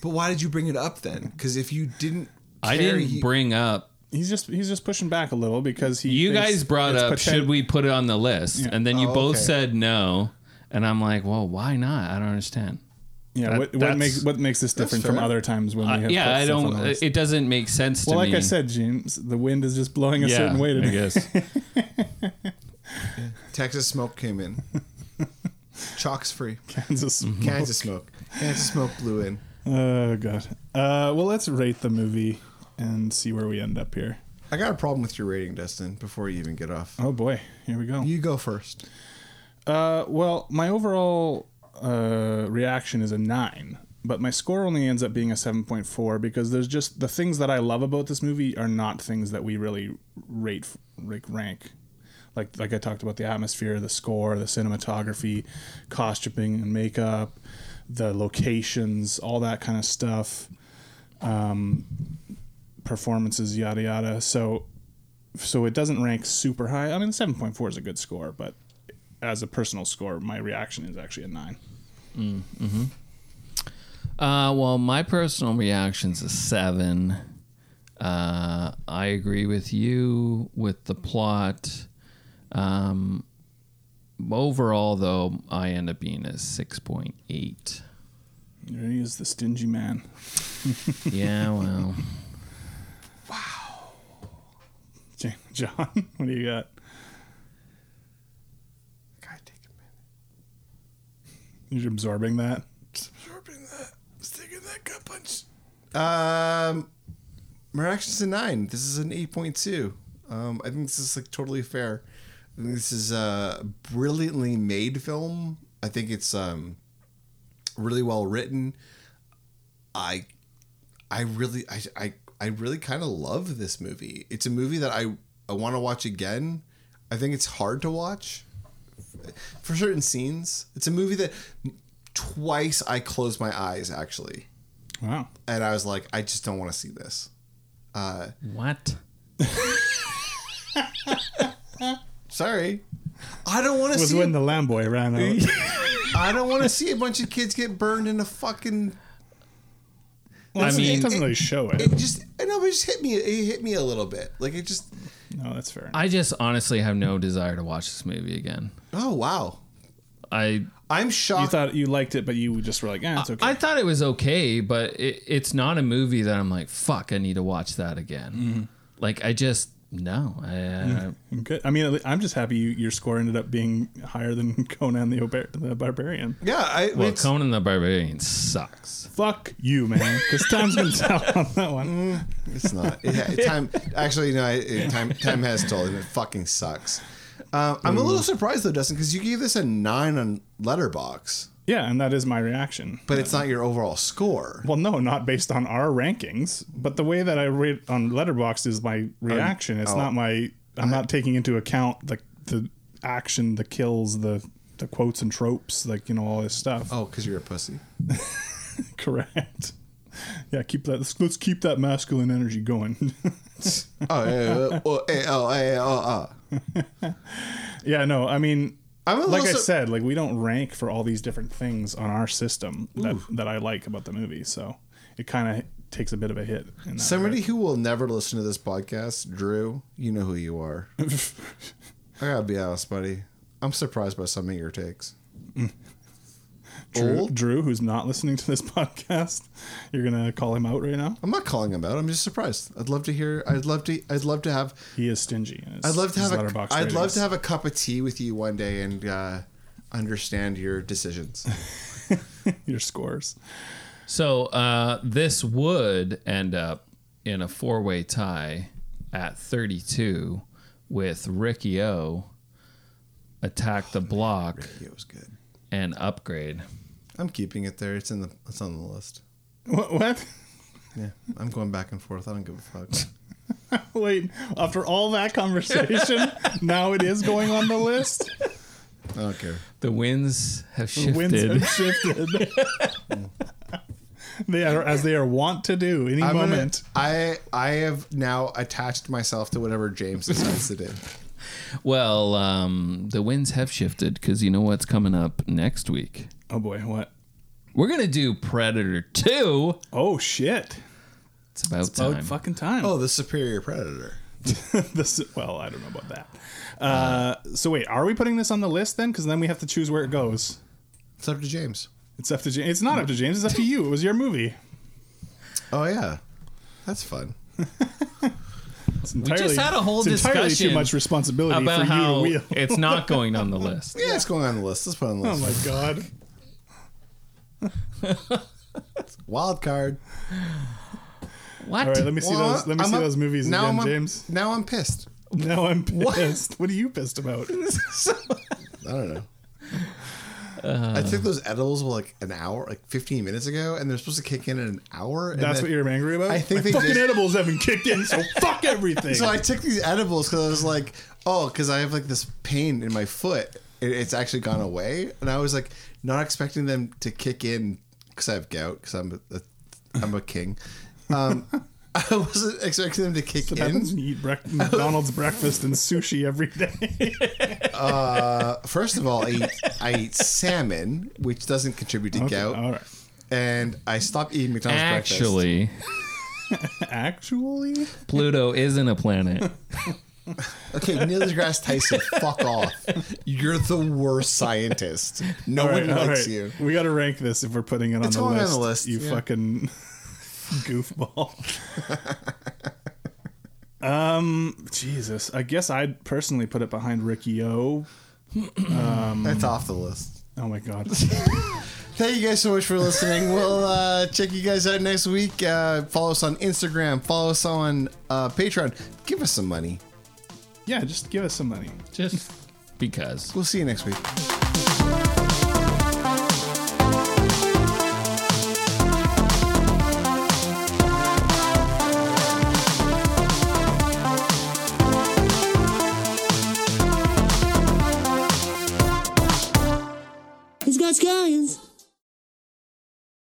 [SPEAKER 1] But why did you bring it up then? Because if you didn't,
[SPEAKER 2] I
[SPEAKER 1] care,
[SPEAKER 2] didn't
[SPEAKER 1] you-
[SPEAKER 2] bring up.
[SPEAKER 3] He's just he's just pushing back a little because he.
[SPEAKER 2] You
[SPEAKER 3] thinks
[SPEAKER 2] guys brought
[SPEAKER 3] it's
[SPEAKER 2] up,
[SPEAKER 3] poten-
[SPEAKER 2] should we put it on the list? And then you
[SPEAKER 1] Oh,
[SPEAKER 2] both
[SPEAKER 1] okay.
[SPEAKER 2] said no. And I'm like, well, why not? I don't understand.
[SPEAKER 3] Yeah,
[SPEAKER 2] that-
[SPEAKER 3] what, what
[SPEAKER 2] that's- Uh,
[SPEAKER 3] makes what makes this different from
[SPEAKER 1] fair.
[SPEAKER 3] other times when we have
[SPEAKER 2] yeah,
[SPEAKER 3] put
[SPEAKER 2] I
[SPEAKER 3] stuff on
[SPEAKER 2] don't.
[SPEAKER 3] the list?
[SPEAKER 2] It doesn't make sense
[SPEAKER 3] well,
[SPEAKER 2] to
[SPEAKER 3] like
[SPEAKER 2] me.
[SPEAKER 3] I said, James, the wind is just blowing a
[SPEAKER 2] yeah,
[SPEAKER 3] certain way
[SPEAKER 2] I
[SPEAKER 3] today.
[SPEAKER 2] guess.
[SPEAKER 1] Texas smoke came in. Chalk's free.
[SPEAKER 3] Kansas.
[SPEAKER 2] Mm-hmm.
[SPEAKER 1] Kansas smoke. Kansas smoke blew in.
[SPEAKER 3] Oh god. Uh, well, let's rate the movie and see where we end up here.
[SPEAKER 1] I got a problem with your rating, Dustin. Before you even get off,
[SPEAKER 3] Oh boy, here we go.
[SPEAKER 1] you go first.
[SPEAKER 3] Uh, well, my overall uh, reaction is a nine, but my score only ends up being a seven point four because there's just the things that I love about this movie are not things that we really rate like rank. Like like I talked about the atmosphere, the score, the cinematography, costuming and makeup, the locations, all that kind of stuff. um, performances, yada yada. So, so it doesn't rank super high. I mean, seven point four is a good score, but as a personal score, my reaction is actually a nine.
[SPEAKER 2] Uh, well, my personal reaction's a seven. Uh, I agree with you with the plot. Um, overall, though, I end up being a six point eight.
[SPEAKER 3] There he is, the stingy man.
[SPEAKER 2] Yeah, well,
[SPEAKER 3] J- John, what do you got?
[SPEAKER 1] God, take a minute.
[SPEAKER 3] You're absorbing that.
[SPEAKER 1] absorbing that. Sticking that gut punch. Um, Miraculous is a nine. This is an eight point two. Um, I think this is like totally fair. I think this is a brilliantly made film. I think it's um really well written. I I really I I, I really kind of love this movie. It's a movie that I I want to watch again. I think it's hard to watch for certain scenes. It's a movie that twice I closed my eyes actually,
[SPEAKER 3] Wow.
[SPEAKER 1] and I was like, I just don't want to see this.
[SPEAKER 2] what?
[SPEAKER 1] Sorry, I don't want to
[SPEAKER 3] It was
[SPEAKER 1] see.
[SPEAKER 3] when the lamb boy ran out.
[SPEAKER 1] I don't want to see a bunch of kids get burned in a fucking.
[SPEAKER 3] Well,
[SPEAKER 2] I
[SPEAKER 3] it
[SPEAKER 2] mean-
[SPEAKER 3] doesn't really show it.
[SPEAKER 1] It just I know, but it just hit me. It hit me a little bit. Like it just.
[SPEAKER 3] No, that's fair.
[SPEAKER 2] I just honestly have no desire to watch this movie again.
[SPEAKER 1] Oh wow,
[SPEAKER 2] I
[SPEAKER 1] I'm
[SPEAKER 3] You
[SPEAKER 1] shocked.
[SPEAKER 3] thought you liked it, but you just were like, eh, it's okay.
[SPEAKER 2] I thought it was okay, Mm-hmm. but it, it's not a movie that I'm like, fuck, I uh, need to watch that again. Like, I just No, I,
[SPEAKER 3] Good. I mean, I'm just happy you, your score ended up being higher than Conan the, Obar- the Barbarian.
[SPEAKER 1] Yeah, I
[SPEAKER 2] well,
[SPEAKER 1] it's-
[SPEAKER 2] Conan the Barbarian sucks.
[SPEAKER 3] Fuck you, man. Because time's been out on that one.
[SPEAKER 1] It's not. It, ha- time actually no. It, it- time time has told him it fucking sucks. Um, I'm a
[SPEAKER 3] Mm.
[SPEAKER 1] little surprised though, Dustin, because you gave this a nine on Letterbox,
[SPEAKER 3] Yeah, and that is my reaction.
[SPEAKER 1] but it's not your overall score.
[SPEAKER 3] Well, no, not based on our rankings, but the way that I rate on Letterboxd is my reaction. it's not my. I'm not taking into account the the action, the kills, the the quotes and tropes, like you know all this stuff.
[SPEAKER 1] Oh, because you're a pussy.
[SPEAKER 3] Correct. Yeah, keep that. Let's, let's keep that masculine energy going.
[SPEAKER 1] Oh, yeah, oh, eh, oh, eh, oh, oh.
[SPEAKER 3] yeah, no, I mean,
[SPEAKER 1] I'm a
[SPEAKER 3] like
[SPEAKER 1] little
[SPEAKER 3] I
[SPEAKER 1] sur-
[SPEAKER 3] said, like we don't rank for all these different things on our system that, that I like about the movie, so it kind of takes a bit of a hit. In that
[SPEAKER 1] Somebody who will never listen to this podcast, Drew, you know who you are. I gotta be honest, buddy. I'm surprised by some of your takes.
[SPEAKER 3] Drew,
[SPEAKER 1] Old?
[SPEAKER 3] Drew, who's not listening to this podcast, you're gonna call him out right now.
[SPEAKER 1] I'm not calling him out. I'm just surprised. I'd love to hear. I'd love to. I'd love to have.
[SPEAKER 3] He is stingy. in his-
[SPEAKER 1] I'd love to
[SPEAKER 3] his
[SPEAKER 1] have a.
[SPEAKER 3] letterbox
[SPEAKER 1] I'd love
[SPEAKER 3] ratings.
[SPEAKER 1] to have a cup of tea with you one day and uh, understand your decisions.
[SPEAKER 3] your scores.
[SPEAKER 2] So uh, this would end up in a four-way tie at 32 with Ricky O, Attack the Block,
[SPEAKER 1] it was good.
[SPEAKER 2] and Upgrade.
[SPEAKER 1] I'm keeping it there. It's in the. It's on the list.
[SPEAKER 3] What? what?
[SPEAKER 1] Yeah, I'm going back and forth. I don't give a fuck.
[SPEAKER 3] Wait, after all that conversation, now it is going on the list.
[SPEAKER 1] I don't care.
[SPEAKER 2] The winds have
[SPEAKER 3] The
[SPEAKER 2] shifted.
[SPEAKER 3] winds have shifted. they are as they are wont to do any
[SPEAKER 1] I'm gonna,
[SPEAKER 3] moment.
[SPEAKER 1] I I have now attached myself to whatever James decides to do.
[SPEAKER 2] Well, um, the winds have shifted because you know what's coming up next week.
[SPEAKER 3] Oh boy, what?
[SPEAKER 2] We're gonna do Predator Two.
[SPEAKER 3] Oh shit!
[SPEAKER 2] It's about
[SPEAKER 3] Oh
[SPEAKER 2] time.
[SPEAKER 3] fucking time.
[SPEAKER 1] Oh, the superior predator.
[SPEAKER 3] this well, I don't know about that. Uh, so wait, are we putting this on the list then? Because then we have to choose where it goes.
[SPEAKER 1] It's up to James.
[SPEAKER 3] It's up to James. It's not up to James. It's up to you. It was your movie.
[SPEAKER 1] Oh yeah, that's fun.
[SPEAKER 3] It's entirely,
[SPEAKER 2] just had a whole
[SPEAKER 3] it's entirely
[SPEAKER 2] discussion
[SPEAKER 3] too much responsibility for
[SPEAKER 2] About
[SPEAKER 3] you to
[SPEAKER 2] how
[SPEAKER 3] wield.
[SPEAKER 2] it's not going on the list.
[SPEAKER 1] Yeah, it's going on the list. Let's put it on the
[SPEAKER 3] Oh
[SPEAKER 1] list.
[SPEAKER 3] my god.
[SPEAKER 1] Wild card.
[SPEAKER 2] What?
[SPEAKER 3] All right, let me see
[SPEAKER 1] Well,
[SPEAKER 3] those. Let me
[SPEAKER 1] I'm
[SPEAKER 3] see
[SPEAKER 1] up-
[SPEAKER 3] those movies
[SPEAKER 1] now
[SPEAKER 3] again,
[SPEAKER 1] I'm up-
[SPEAKER 3] James.
[SPEAKER 1] Now I'm pissed.
[SPEAKER 3] Now I'm pissed. What? are you pissed about?
[SPEAKER 1] I don't know.
[SPEAKER 3] Uh.
[SPEAKER 1] I took those edibles like an hour, like 15 minutes ago, and they're supposed to kick in in an hour. and
[SPEAKER 3] That's
[SPEAKER 1] then-
[SPEAKER 3] what you're angry about.
[SPEAKER 1] I think
[SPEAKER 3] My
[SPEAKER 1] they
[SPEAKER 3] fucking
[SPEAKER 1] just-
[SPEAKER 3] edibles haven't kicked in, so fuck everything.
[SPEAKER 1] So I took these edibles because I was like, oh, because I have like this pain in my foot. It, it's actually gone away, and I was like, not expecting them to kick in because I have gout. Because I'm a, a, I'm a king. Um, I wasn't expecting them to kick
[SPEAKER 3] That
[SPEAKER 1] in.
[SPEAKER 3] happens when you eat brec- McDonald's breakfast and sushi every day.
[SPEAKER 1] First of all, I eat, I eat salmon, which doesn't contribute to gout.
[SPEAKER 3] All right.
[SPEAKER 1] and I stopped eating McDonald's breakfast.
[SPEAKER 2] Actually,
[SPEAKER 3] Actually,
[SPEAKER 2] Pluto isn't a planet.
[SPEAKER 1] Okay, Neil deGrasse Tyson, fuck off. You're the worst scientist. No
[SPEAKER 3] all right,
[SPEAKER 1] one
[SPEAKER 3] all
[SPEAKER 1] likes
[SPEAKER 3] right.
[SPEAKER 1] you.
[SPEAKER 3] We got to rank this if we're putting it on,
[SPEAKER 1] It's
[SPEAKER 3] the,
[SPEAKER 1] going on
[SPEAKER 3] list,
[SPEAKER 1] the list,
[SPEAKER 3] You
[SPEAKER 1] yeah.
[SPEAKER 3] fucking goofball. um, Jesus. I guess I'd personally put it behind Ricky O.
[SPEAKER 1] That's off the list.
[SPEAKER 3] Oh my god.
[SPEAKER 1] Thank you guys so much for listening. We'll uh, check you guys out next week. Uh, follow us on Instagram. Follow us on uh, Patreon. Give us some money.
[SPEAKER 3] yeah, just give us some money.
[SPEAKER 2] Just because.
[SPEAKER 1] We'll see you next week.
[SPEAKER 7] He's got scallions.